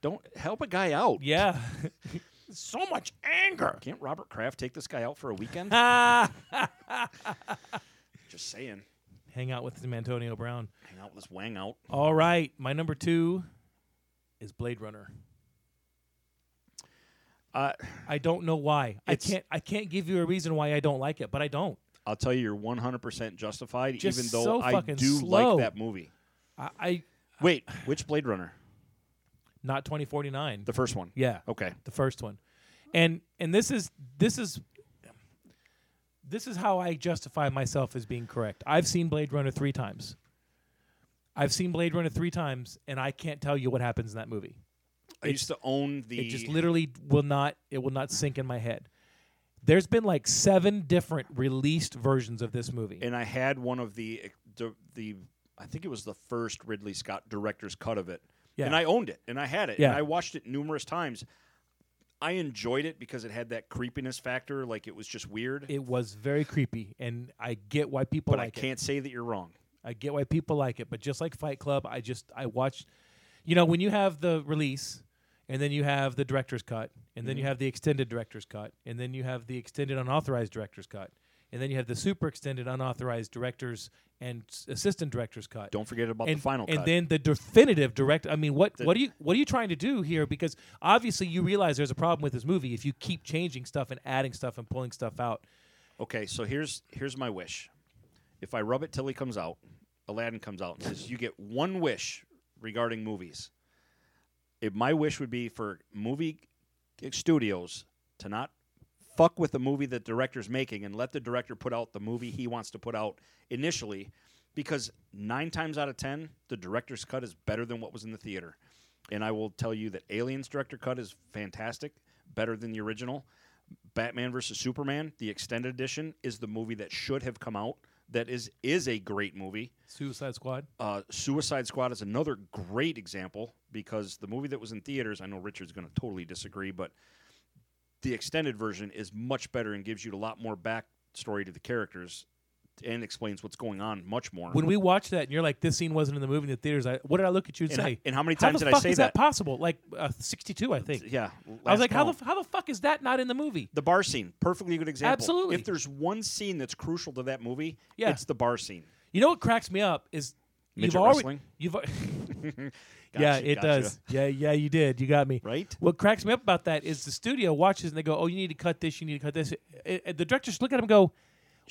S1: Don't help a guy out.
S2: Yeah. [LAUGHS]
S1: so much anger. Can't Robert Kraft take this guy out for a
S2: [LAUGHS]
S1: weekend? Just saying.
S2: Hang out with some Antonio Brown.
S1: Hang out with this wang out.
S2: All right, my number two is Blade Runner.
S1: Uh,
S2: I don't know why. I
S1: It's-
S2: can't. I can't give you a reason why I don't like it, but I don't.
S1: I'll tell you, you're 100% justified,
S2: Just
S1: even though
S2: so
S1: I
S2: fucking
S1: do
S2: slow.
S1: like that movie.
S2: I, I
S1: Wait, which Blade Runner?
S2: not twenty forty nine.
S1: The oh. first one.
S2: Yeah.
S1: Okay.
S2: the first one and and this is this is this is how i justify myself as being correct i've seen blade runner three times i've seen blade runner three times and i can't tell you what happens in that movie
S1: I used to own the.
S2: it just literally will not it will not sink in my head there's been like seven different released versions of this movie
S1: and I had one of the, eh, the the I think it was the first Ridley Scott director's cut of it.
S2: Yeah.
S1: And I owned it and I had it
S2: Yeah.
S1: and I watched it numerous times. I enjoyed it because it had that creepiness factor, like it was just weird.
S2: it was very creepy and i get why people
S1: but I
S2: like it
S1: can't say that you're wrong.
S2: I get why people like it, but just like Fight Club, I just I watched. You know, when you have the release, and then you have the
S1: Mm-hmm.
S2: director's cut, and then you have the extended director's cut, and then you have the extended unauthorized director's cut, and then you have the super extended unauthorized directors and s- assistant directors cut.
S1: Don't forget about
S2: and,
S1: the final
S2: and
S1: cut.
S2: then the definitive direct. I mean, what what are you what are you trying to do here? Because obviously you realize there's a problem with this movie if you keep changing stuff and adding stuff and pulling stuff out.
S1: okay, so here's here's my wish. If I rub it till he comes out, Aladdin comes out and says, "You get one wish regarding movies." If my wish would be for movie studios to not fuck with the movie that director's making and let the director put out the movie he wants to put out initially because 9 times out of 10 the director's cut is better than what was in the theater. And I will tell you that Aliens director cut is fantastic, better than the original. Batman versus Superman, the extended edition is the movie that should have come out that is is a great movie.
S2: Suicide Squad.
S1: Uh, Suicide Squad is another great example because the movie that was in theaters, I know Richard's going to totally disagree, but the extended version is much better and gives you a lot more backstory to the characters and explains what's going on much more.
S2: When we watched that, and you're like, "This scene wasn't in the movie in the theaters." I, what did I look at you and,
S1: And ho-
S2: say?
S1: and how many times
S2: the
S1: did I
S2: fuck
S1: say
S2: is
S1: that?
S2: that? possible? Like uh, 62, I think.
S1: yeah,
S2: I was
S1: last
S2: like, "How the
S1: count.
S2: f- how the fuck is that not in the movie?"
S1: the bar scene, perfectly good example.
S2: Absolutely.
S1: If there's one scene that's crucial to that movie,
S2: Yeah.
S1: it's the bar scene.
S2: You know what cracks me up is
S1: Midget
S2: you've already
S1: wrestling?
S2: [LAUGHS]
S1: [LAUGHS]
S2: you've al- yeah
S1: Gotcha,
S2: it
S1: gotcha.
S2: does yeah yeah you did you got me
S1: Right?
S2: What cracks me up about that is the studio watches and they go oh you need to cut this you need to cut this It- it- the directors look at him and go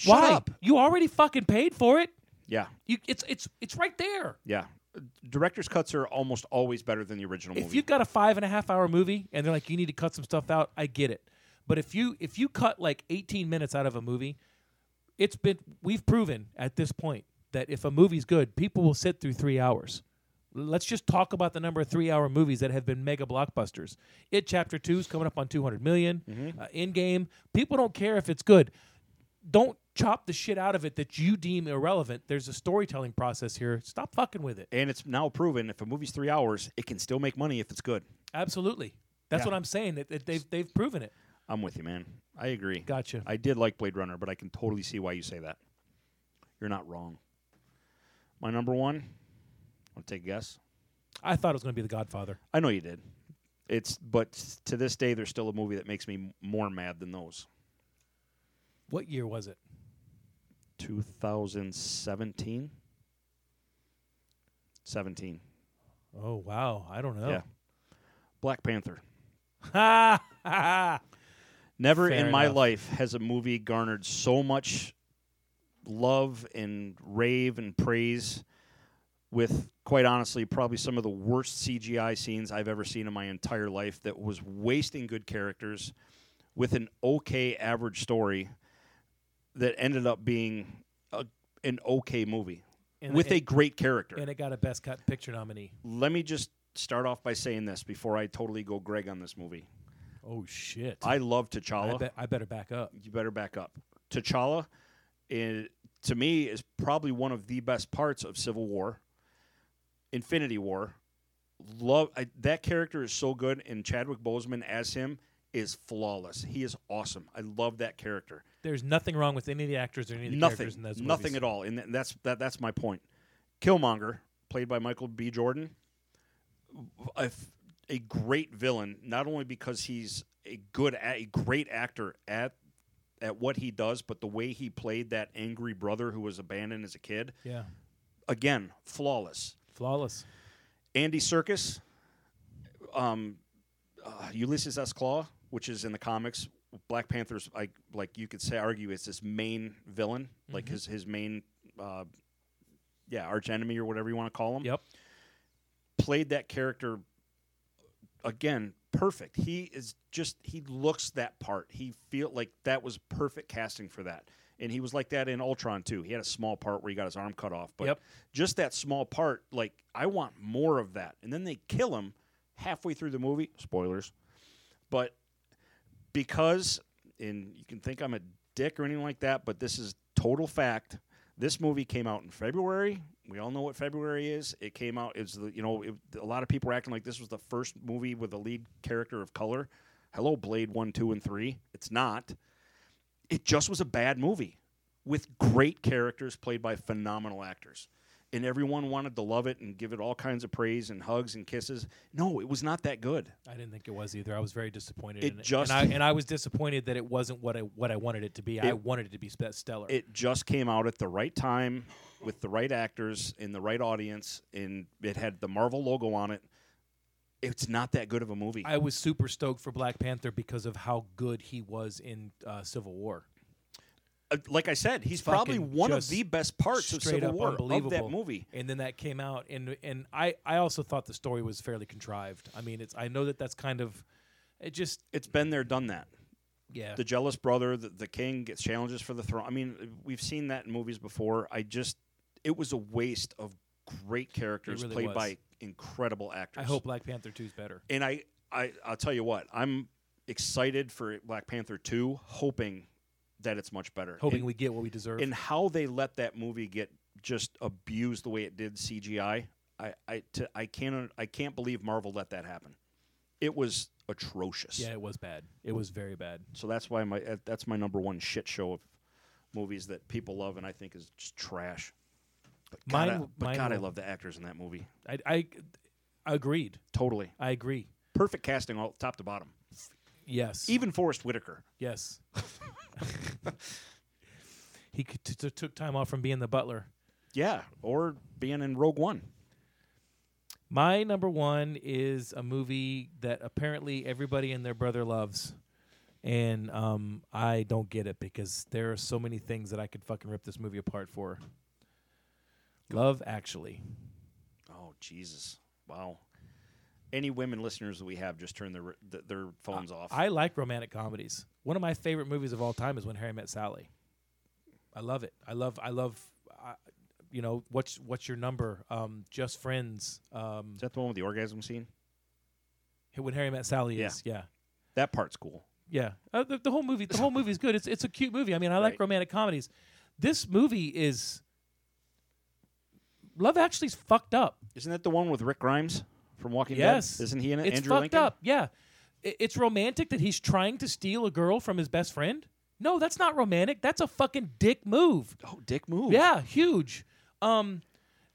S2: why
S1: up."
S2: you already fucking paid for it
S1: Yeah,
S2: you it's it's it's right there
S1: yeah. Director's cuts are almost always better than the original
S2: if
S1: movie.
S2: you've got a five and a half hour movie and they're like you need to cut some stuff out i get it but if you if you cut like 18 minutes out of a movie it's been we've proven at this point that if a movie's good people will sit through three hours let's just talk about the number of three hour movies that have been mega blockbusters it chapter two is coming up on 200 million
S1: Mm-hmm.
S2: uh, in game people don't care if it's good don't chop the shit out of it that you deem irrelevant there's a storytelling process here stop fucking with it
S1: and it's now proven if a movie's three hours, it can still make money if it's good.
S2: Absolutely. That's what I'm saying. That that they've they've proven it.
S1: I'm with you, man. I agree.
S2: Gotcha.
S1: I did like Blade Runner, but I can totally see why you say that. You're not wrong. My number one. Want to take a guess?
S2: I thought it was going to be The Godfather.
S1: I know you did. It's but to this day, there's still a movie that makes me m- more mad than those.
S2: What year was it?
S1: 2017. 17.
S2: Oh wow, I don't know.
S1: Yeah. Black Panther.
S2: Ha ha.
S1: Never
S2: Fair
S1: in my
S2: enough.
S1: life has a movie garnered so much love and rave and praise with quite honestly probably some of the worst CGI scenes I've ever seen in my entire life that was wasting good characters with an okay average story that ended up being a, an okay movie
S2: And-
S1: with a
S2: and-
S1: great character
S2: [LAUGHS] and it got a Best Cut Picture nominee.
S1: let me just start off by saying this before I totally go Greg on this movie.
S2: Oh shit.
S1: I love
S2: I,
S1: T'Challa.
S2: bet I better back up.
S1: You better back up. T'Challa, i- to me, is probably one of the best parts of Civil War, Infinity War. Love I, that character is so good, and Chadwick Boseman as him is flawless. He is awesome. I love that character.
S2: There's nothing wrong with any of the actors or any of the
S1: nothing,
S2: characters in those
S1: nothing
S2: movies.
S1: at all, and th- that's that, that's my point. Killmonger, played by Michael B. Jordan, a, f- a great villain, not only because he's a good, a a great actor at at what he does, but the way he played that angry brother who was abandoned as a kid,
S2: Yeah.
S1: again, flawless.
S2: Flawless.
S1: Andy Circus, um, uh, Ulysses S. Claw, which is in the comics. Black Panther's like like you could say argue it's his main villain, like his his main, uh, yeah, arch enemy or whatever you want to call him.
S2: Yep.
S1: Played that character again perfect. He is just he looks that part. He feel like that was perfect casting for that. And he was like that in Ultron too. He had a small part where he got his arm cut off, but
S2: Yep.
S1: just that small part, like I want more of that. And then they kill him halfway through the movie. Spoilers. But because and you can think I'm a dick or anything like that, but this is total fact. This movie came out in February. We all know what February is. It came out. It's the you know it, a lot of people are acting like this was the first movie with a lead character of color. Hello, Blade one, two, and three. It's not. It just was a bad movie with great characters played by phenomenal actors. and everyone wanted to love it and give it all kinds of praise and hugs and kisses. No, it was not that good.
S2: I didn't think it was either. I was very disappointed.
S1: It
S2: in
S1: just-
S2: and I, and I was disappointed that it wasn't what I what I wanted it to be. I
S1: It-
S2: wanted it to be spe- stellar.
S1: It just came out at the right time with the right actors in the right audience, and it had the Marvel logo on it. It's not that good of a movie.
S2: I was super stoked for Black Panther because of how good he was in uh, Civil War.
S1: Uh, like I said, he's
S2: Fucking
S1: probably one of
S2: just
S1: the best parts of
S2: Straight
S1: Civil
S2: up
S1: War
S2: unbelievable.
S1: of that movie.
S2: And then that came out, and and I I also thought the story was fairly contrived. I mean, it's I know that that's kind of it just
S1: It's been there, done that.
S2: yeah.
S1: The jealous brother, the, the king gets challenges for the throne. I mean, we've seen that in movies before. I just, it was a waste of great characters
S2: really
S1: played
S2: was.
S1: by incredible actors.
S2: I hope Black Panther two is better.
S1: and I, I I'll tell you what, I'm excited for Black Panther 2, hoping that it's much better.
S2: Hoping
S1: and,
S2: we get what we deserve.
S1: and how they let that movie get just abused the way it did CGI. I I to, I can't I can't believe Marvel let that happen. It was atrocious.
S2: yeah, it was bad. It was very bad.
S1: So that's why my uh, that's my number one shit show of movies that people love and I think is just trash. But God,
S2: Mine
S1: I,
S2: w-
S1: but
S2: mine
S1: God I
S2: will-
S1: love the actors in that movie.
S2: I, I agreed.
S1: Totally
S2: I agree.
S1: perfect casting, all top to bottom.
S2: Yes.
S1: Even Forrest Whitaker.
S2: yes. [LAUGHS] he c- t- t- took time off from being the butler.
S1: Yeah, or being in Rogue One.
S2: My number one is a movie that apparently everybody and their brother loves. And um, I don't get it because there are so many things that I could fucking rip this movie apart for. Love Actually.
S1: Oh Jesus! Wow. Any women listeners that we have just turn their th- their phones off.
S2: I like romantic comedies. One of my favorite movies of all time is When Harry Met Sally. I love it. I love. I love. I, you know what's what's your number? Um, Just Friends. Um,
S1: Is that the one with the orgasm scene?
S2: when Harry Met Sally is yeah.
S1: That part's cool.
S2: Yeah, uh, the, the whole movie. The whole movie's good. It's it's a cute movie. I mean, I like
S1: Right.
S2: romantic comedies. This movie is Love Actually's fucked up.
S1: Isn't that the one with Rick Grimes from Walking
S2: Yes,
S1: Dead? Isn't he in it?
S2: It's
S1: Andrew
S2: fucked
S1: Lincoln?
S2: up. Yeah, I- it's romantic that he's trying to steal a girl from his best friend. No, that's not romantic. That's a fucking dick move.
S1: Oh, dick move.
S2: Yeah, huge. Um,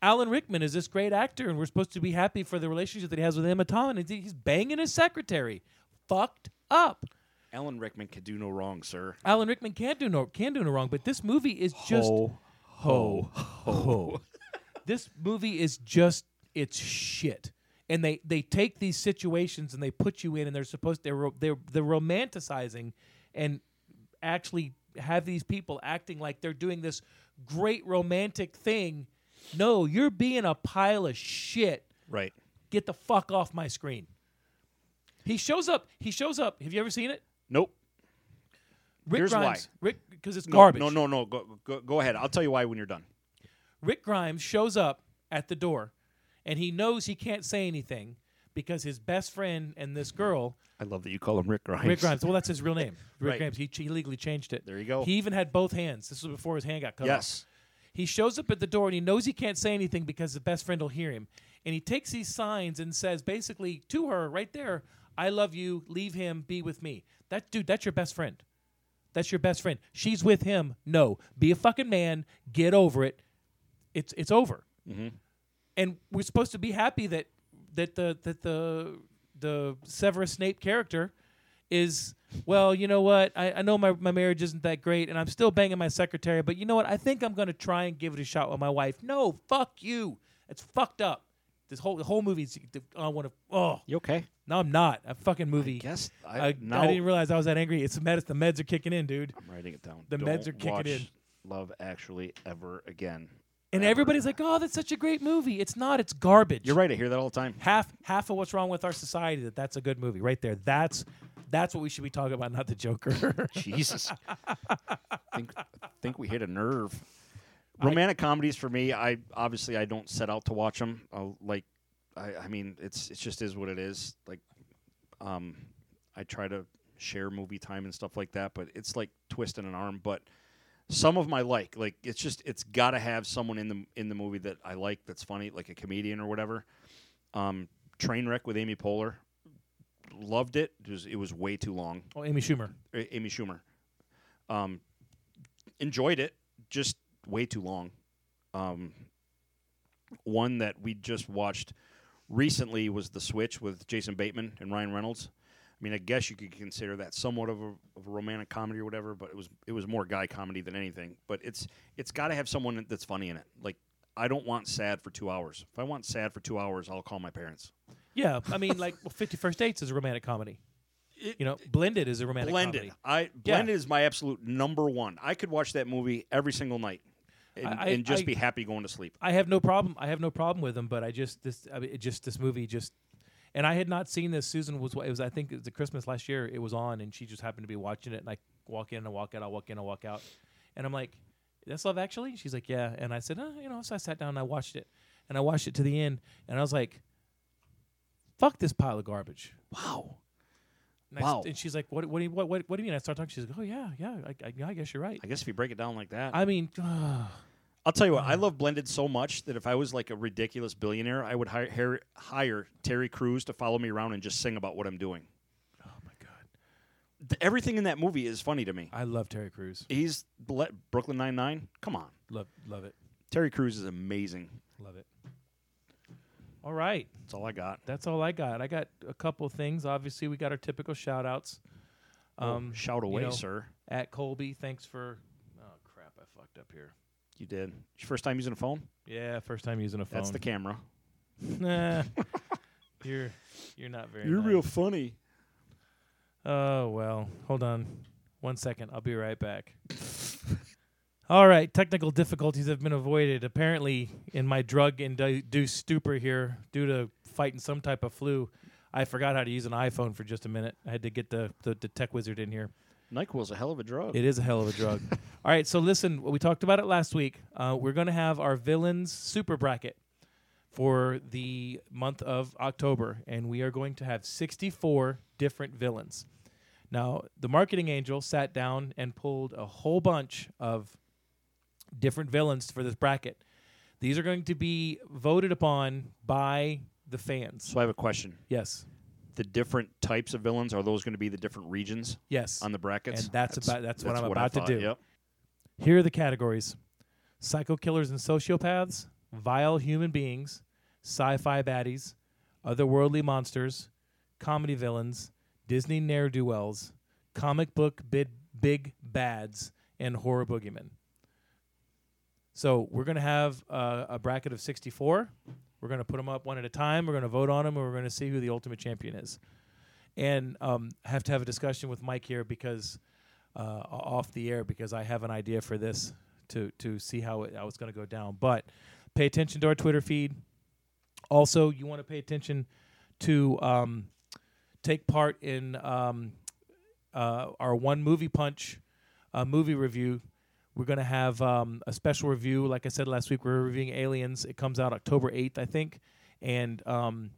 S2: Alan Rickman is this great actor, and we're supposed to be happy for the relationship that he has with Emma Thompson. and He's banging his secretary. Fucked up.
S1: Alan Rickman could do no wrong, sir.
S2: Alan Rickman can do no can do no wrong, but this movie is just
S1: ho, ho, ho.
S2: this movie is just it's shit. And they they take these situations and they put you in, and they're supposed they're ro- they're they're romanticizing, and actually have these people acting like they're doing this great romantic thing. No, you're being a pile of shit.
S1: Right.
S2: Get the fuck off my screen. He shows up. He shows up. Have you ever seen it?
S1: Nope.
S2: Rick
S1: Here's why.
S2: Grimes. Rick because it's
S1: No,
S2: garbage.
S1: No, no, no. Go, go, go ahead. I'll tell you why when you're done.
S2: Rick Grimes shows up at the door and he knows he can't say anything because his best friend and this girl,
S1: I love that you call him Rick Grimes.
S2: Rick Grimes, well, that's his real name. Rick
S1: Right.
S2: Grimes, he, he legally changed it.
S1: There you go.
S2: He even had both hands. This was before his hand got cut
S1: Yes.
S2: off. He shows up at the door and he knows he can't say anything because his best friend will hear him. And he takes these signs and says basically to her right there, I love you, leave him, be with me. That dude, that's your best friend. That's your best friend. She's with him. No, be a fucking man. Get over it. It's it's over.
S1: Mm-hmm.
S2: And we're supposed to be happy that that the that the the Severus Snape character is well. You know what? I, I know my my marriage isn't that great, and I'm still banging my secretary. But you know what? I think I'm going to try and give it a shot with my wife. No, fuck you. It's fucked up. This whole the whole movie's. I want to. Oh
S1: You okay?
S2: no, I'm not. A fucking movie.
S1: Guess
S2: I,
S1: I,
S2: I
S1: now
S2: didn't realize I was that angry. It's the meds. The meds are kicking in, dude.
S1: I'm writing it down.
S2: The
S1: Don't
S2: meds are kicking
S1: watch
S2: in.
S1: Love Actually ever again.
S2: And
S1: Ever.
S2: everybody's like, "Oh, that's such a great movie." It's not. It's garbage.
S1: You're right. I hear that all the time.
S2: Half half of what's wrong with our society that that's a good movie right there. That's that's what we should be talking about, not the Joker.
S1: Jesus. think think we hit a nerve. Romantic comedies for me, I obviously I don't set out to watch them. I'll, like, I, I mean, it's it just is what it is. Like, um, I try to share movie time and stuff like that, but it's like twisting an arm. But some of my like, like it's just it's got to have someone in the in the movie that I like that's funny, like a comedian or whatever. Um, Trainwreck with Amy Poehler, loved it. It was, it was way too long.
S2: [LAUGHS] oh, Amy Schumer.
S1: A- Amy Schumer. Um, enjoyed it, just way too long. Um, One that we just watched recently was The Switch with Jason Bateman and Ryan Reynolds. I mean, I guess you could consider that somewhat of a, of a romantic comedy or whatever, but it was it was more guy comedy than anything. But it's it's got to have someone that's funny in it. Like I don't want sad for two hours. If I want sad for two hours, I'll call my parents.
S2: Yeah, I mean, like well, Fifty First Dates is a romantic comedy. you know, Blended is a romantic
S1: Blended,
S2: comedy.
S1: I Blended is my absolute number one. I could watch that movie every single night and,
S2: I- I-
S1: and just
S2: I-
S1: be happy going to sleep.
S2: I have no problem. I have no problem with them, but I just this I mean, it just this movie just and I had not seen this. Susan was it was I think it was the Christmas last year. It was on, and she just happened to be watching it. And I walk in and I walk out. I walk in and walk out, and I'm like, "That's Love Actually." She's like, "Yeah," and I said, oh, "You know," so I sat down and I watched it, and I watched it to the end, and I was like, "Fuck this pile of garbage."
S1: Wow.
S2: And, I s-
S1: Wow.
S2: and she's like, what, what, do you, what, what, what do you mean? I start talking. She's like, oh, yeah, yeah, I, I, yeah, I guess you're right.
S1: I guess if you break it down like that,
S2: I mean, [SIGHS] oh
S1: I'll tell you what, I love Blended so much that if I was like a ridiculous billionaire, I would hire, hire, hire Terry Crews to follow me around and just sing about what I'm doing.
S2: oh my God.
S1: Th- everything in that movie is funny to me.
S2: I love Terry Crews.
S1: He's ble- Brooklyn Nine Nine. Come on,
S2: Love, love it.
S1: Terry Crews is amazing.
S2: Love it. All right.
S1: That's all I got.
S2: That's all I got. I got a couple things. Obviously, we got our typical shout outs.
S1: Oh,
S2: Um,
S1: Shout
S2: you
S1: away,
S2: know,
S1: sir.
S2: At Colby, thanks for. Oh, crap. I fucked up here.
S1: You did. Your first time using a phone?
S2: Yeah, first time using a phone.
S1: That's the camera.
S2: [LAUGHS] Nah. you're, you're not very. nice.
S1: funny.
S2: Oh, well. Hold on. One second. I'll be right back. [LAUGHS] All right. Technical difficulties have been avoided. Apparently, in my drug induced stupor here, due to fighting some type of flu, I forgot how to use an iPhone for just a minute. I had to get the, the, the tech wizard in here.
S1: Nyquil's a hell of a drug.
S2: It is a hell of a drug. All right, so listen, we talked about it last week. Uh, we're going to have our villains super bracket for the month of October, and we are going to have 64 different villains. Now, the marketing angel sat down and pulled a whole bunch of different villains for this bracket. These are going to be voted upon by the fans.
S1: so I have a question.
S2: Yes.
S1: The different types of villains are those going to be the different regions
S2: Yes.
S1: on the brackets?
S2: And that's about- that's what I'm
S1: I
S2: about to
S1: thought.
S2: do.
S1: Yep.
S2: Here are the categories psycho killers and sociopaths, vile human beings, sci fi baddies, otherworldly monsters, comedy villains, Disney ne'er do wells, comic book bid, big bads, and horror boogeymen. So we're going to have uh, a bracket of 64. We're going to put them up one at a time. We're going to vote on them, and we're going to see who the ultimate champion is. And um, I have to have a discussion with Mike here because uh, o- off the air because I have an idea for this to to see how it how it's going to go down. But pay attention to our Twitter feed. Also, you want to pay attention to um, take part in um, uh, our one movie punch uh, movie review. We're going to have um, a special review. Like I said last week, we're reviewing Aliens. It comes out October 8th, I think. And um,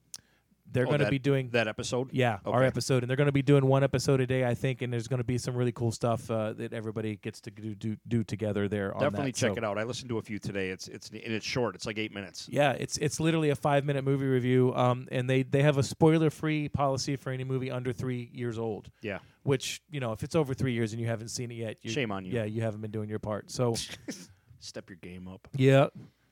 S2: they're
S1: Oh,
S2: going to
S1: that-
S2: be doing
S1: that episode.
S2: yeah, our
S1: Okay.
S2: episode, and they're going to be doing one episode a day, I think, and there's going to be some really cool stuff uh, that everybody gets to do do, do together there. On
S1: Definitely
S2: that.
S1: check
S2: So,
S1: it out. I listened to a few today. It's it's and it's short. It's like eight minutes.
S2: Yeah, it's it's literally a five minute movie review, um, and they they have a spoiler free policy for any movie under three years old.
S1: Yeah.
S2: Which you know, if it's over three years and you haven't seen it yet, you,
S1: Shame on you.
S2: Yeah, you haven't been doing your
S1: [LAUGHS]
S2: part. So
S1: Step your game up.
S2: yeah,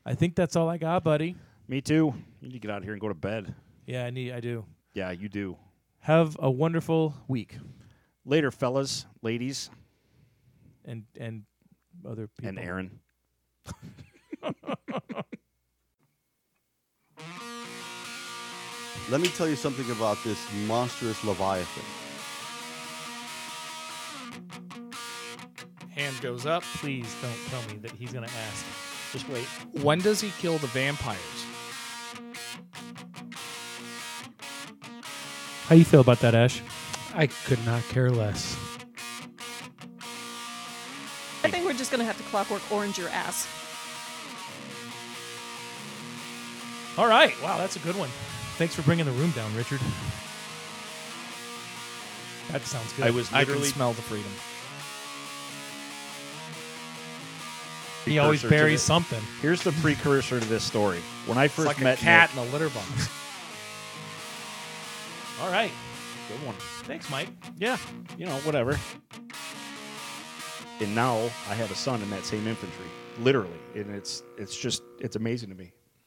S2: I think that's all I got, buddy.
S1: Me too. You need to get out of here and go to bed.
S2: Yeah, I need I do.
S1: Yeah, you do.
S2: Have a wonderful week,
S1: Later, fellas, ladies,
S2: and and other people.
S1: and Aaron.
S6: Let me tell you something about this monstrous Leviathan.
S7: Hand goes up.
S2: Please don't tell me that he's going to ask. Just wait.
S7: When does he kill the vampires?
S2: How you feel about that, Ash?
S3: I could not care less.
S8: I think we're just gonna have to clockwork orange your ass.
S2: All right. Wow, that's a good one. Thanks for bringing the room down, Richard. That sounds good.
S1: I was
S7: I can
S1: literally
S7: smell the freedom.
S2: he always
S1: precursor to
S2: buries
S1: this.
S2: something.
S1: Here's the precursor to this story. When I
S7: It's
S1: first
S7: like a
S1: met
S7: cat in a litter
S1: [LAUGHS]
S7: box.
S2: All right.
S1: Nick- good one.
S2: Thanks, Mike.
S1: Yeah, you know, whatever. And now I have a son in that same infantry, literally, and it's it's just it's amazing to me.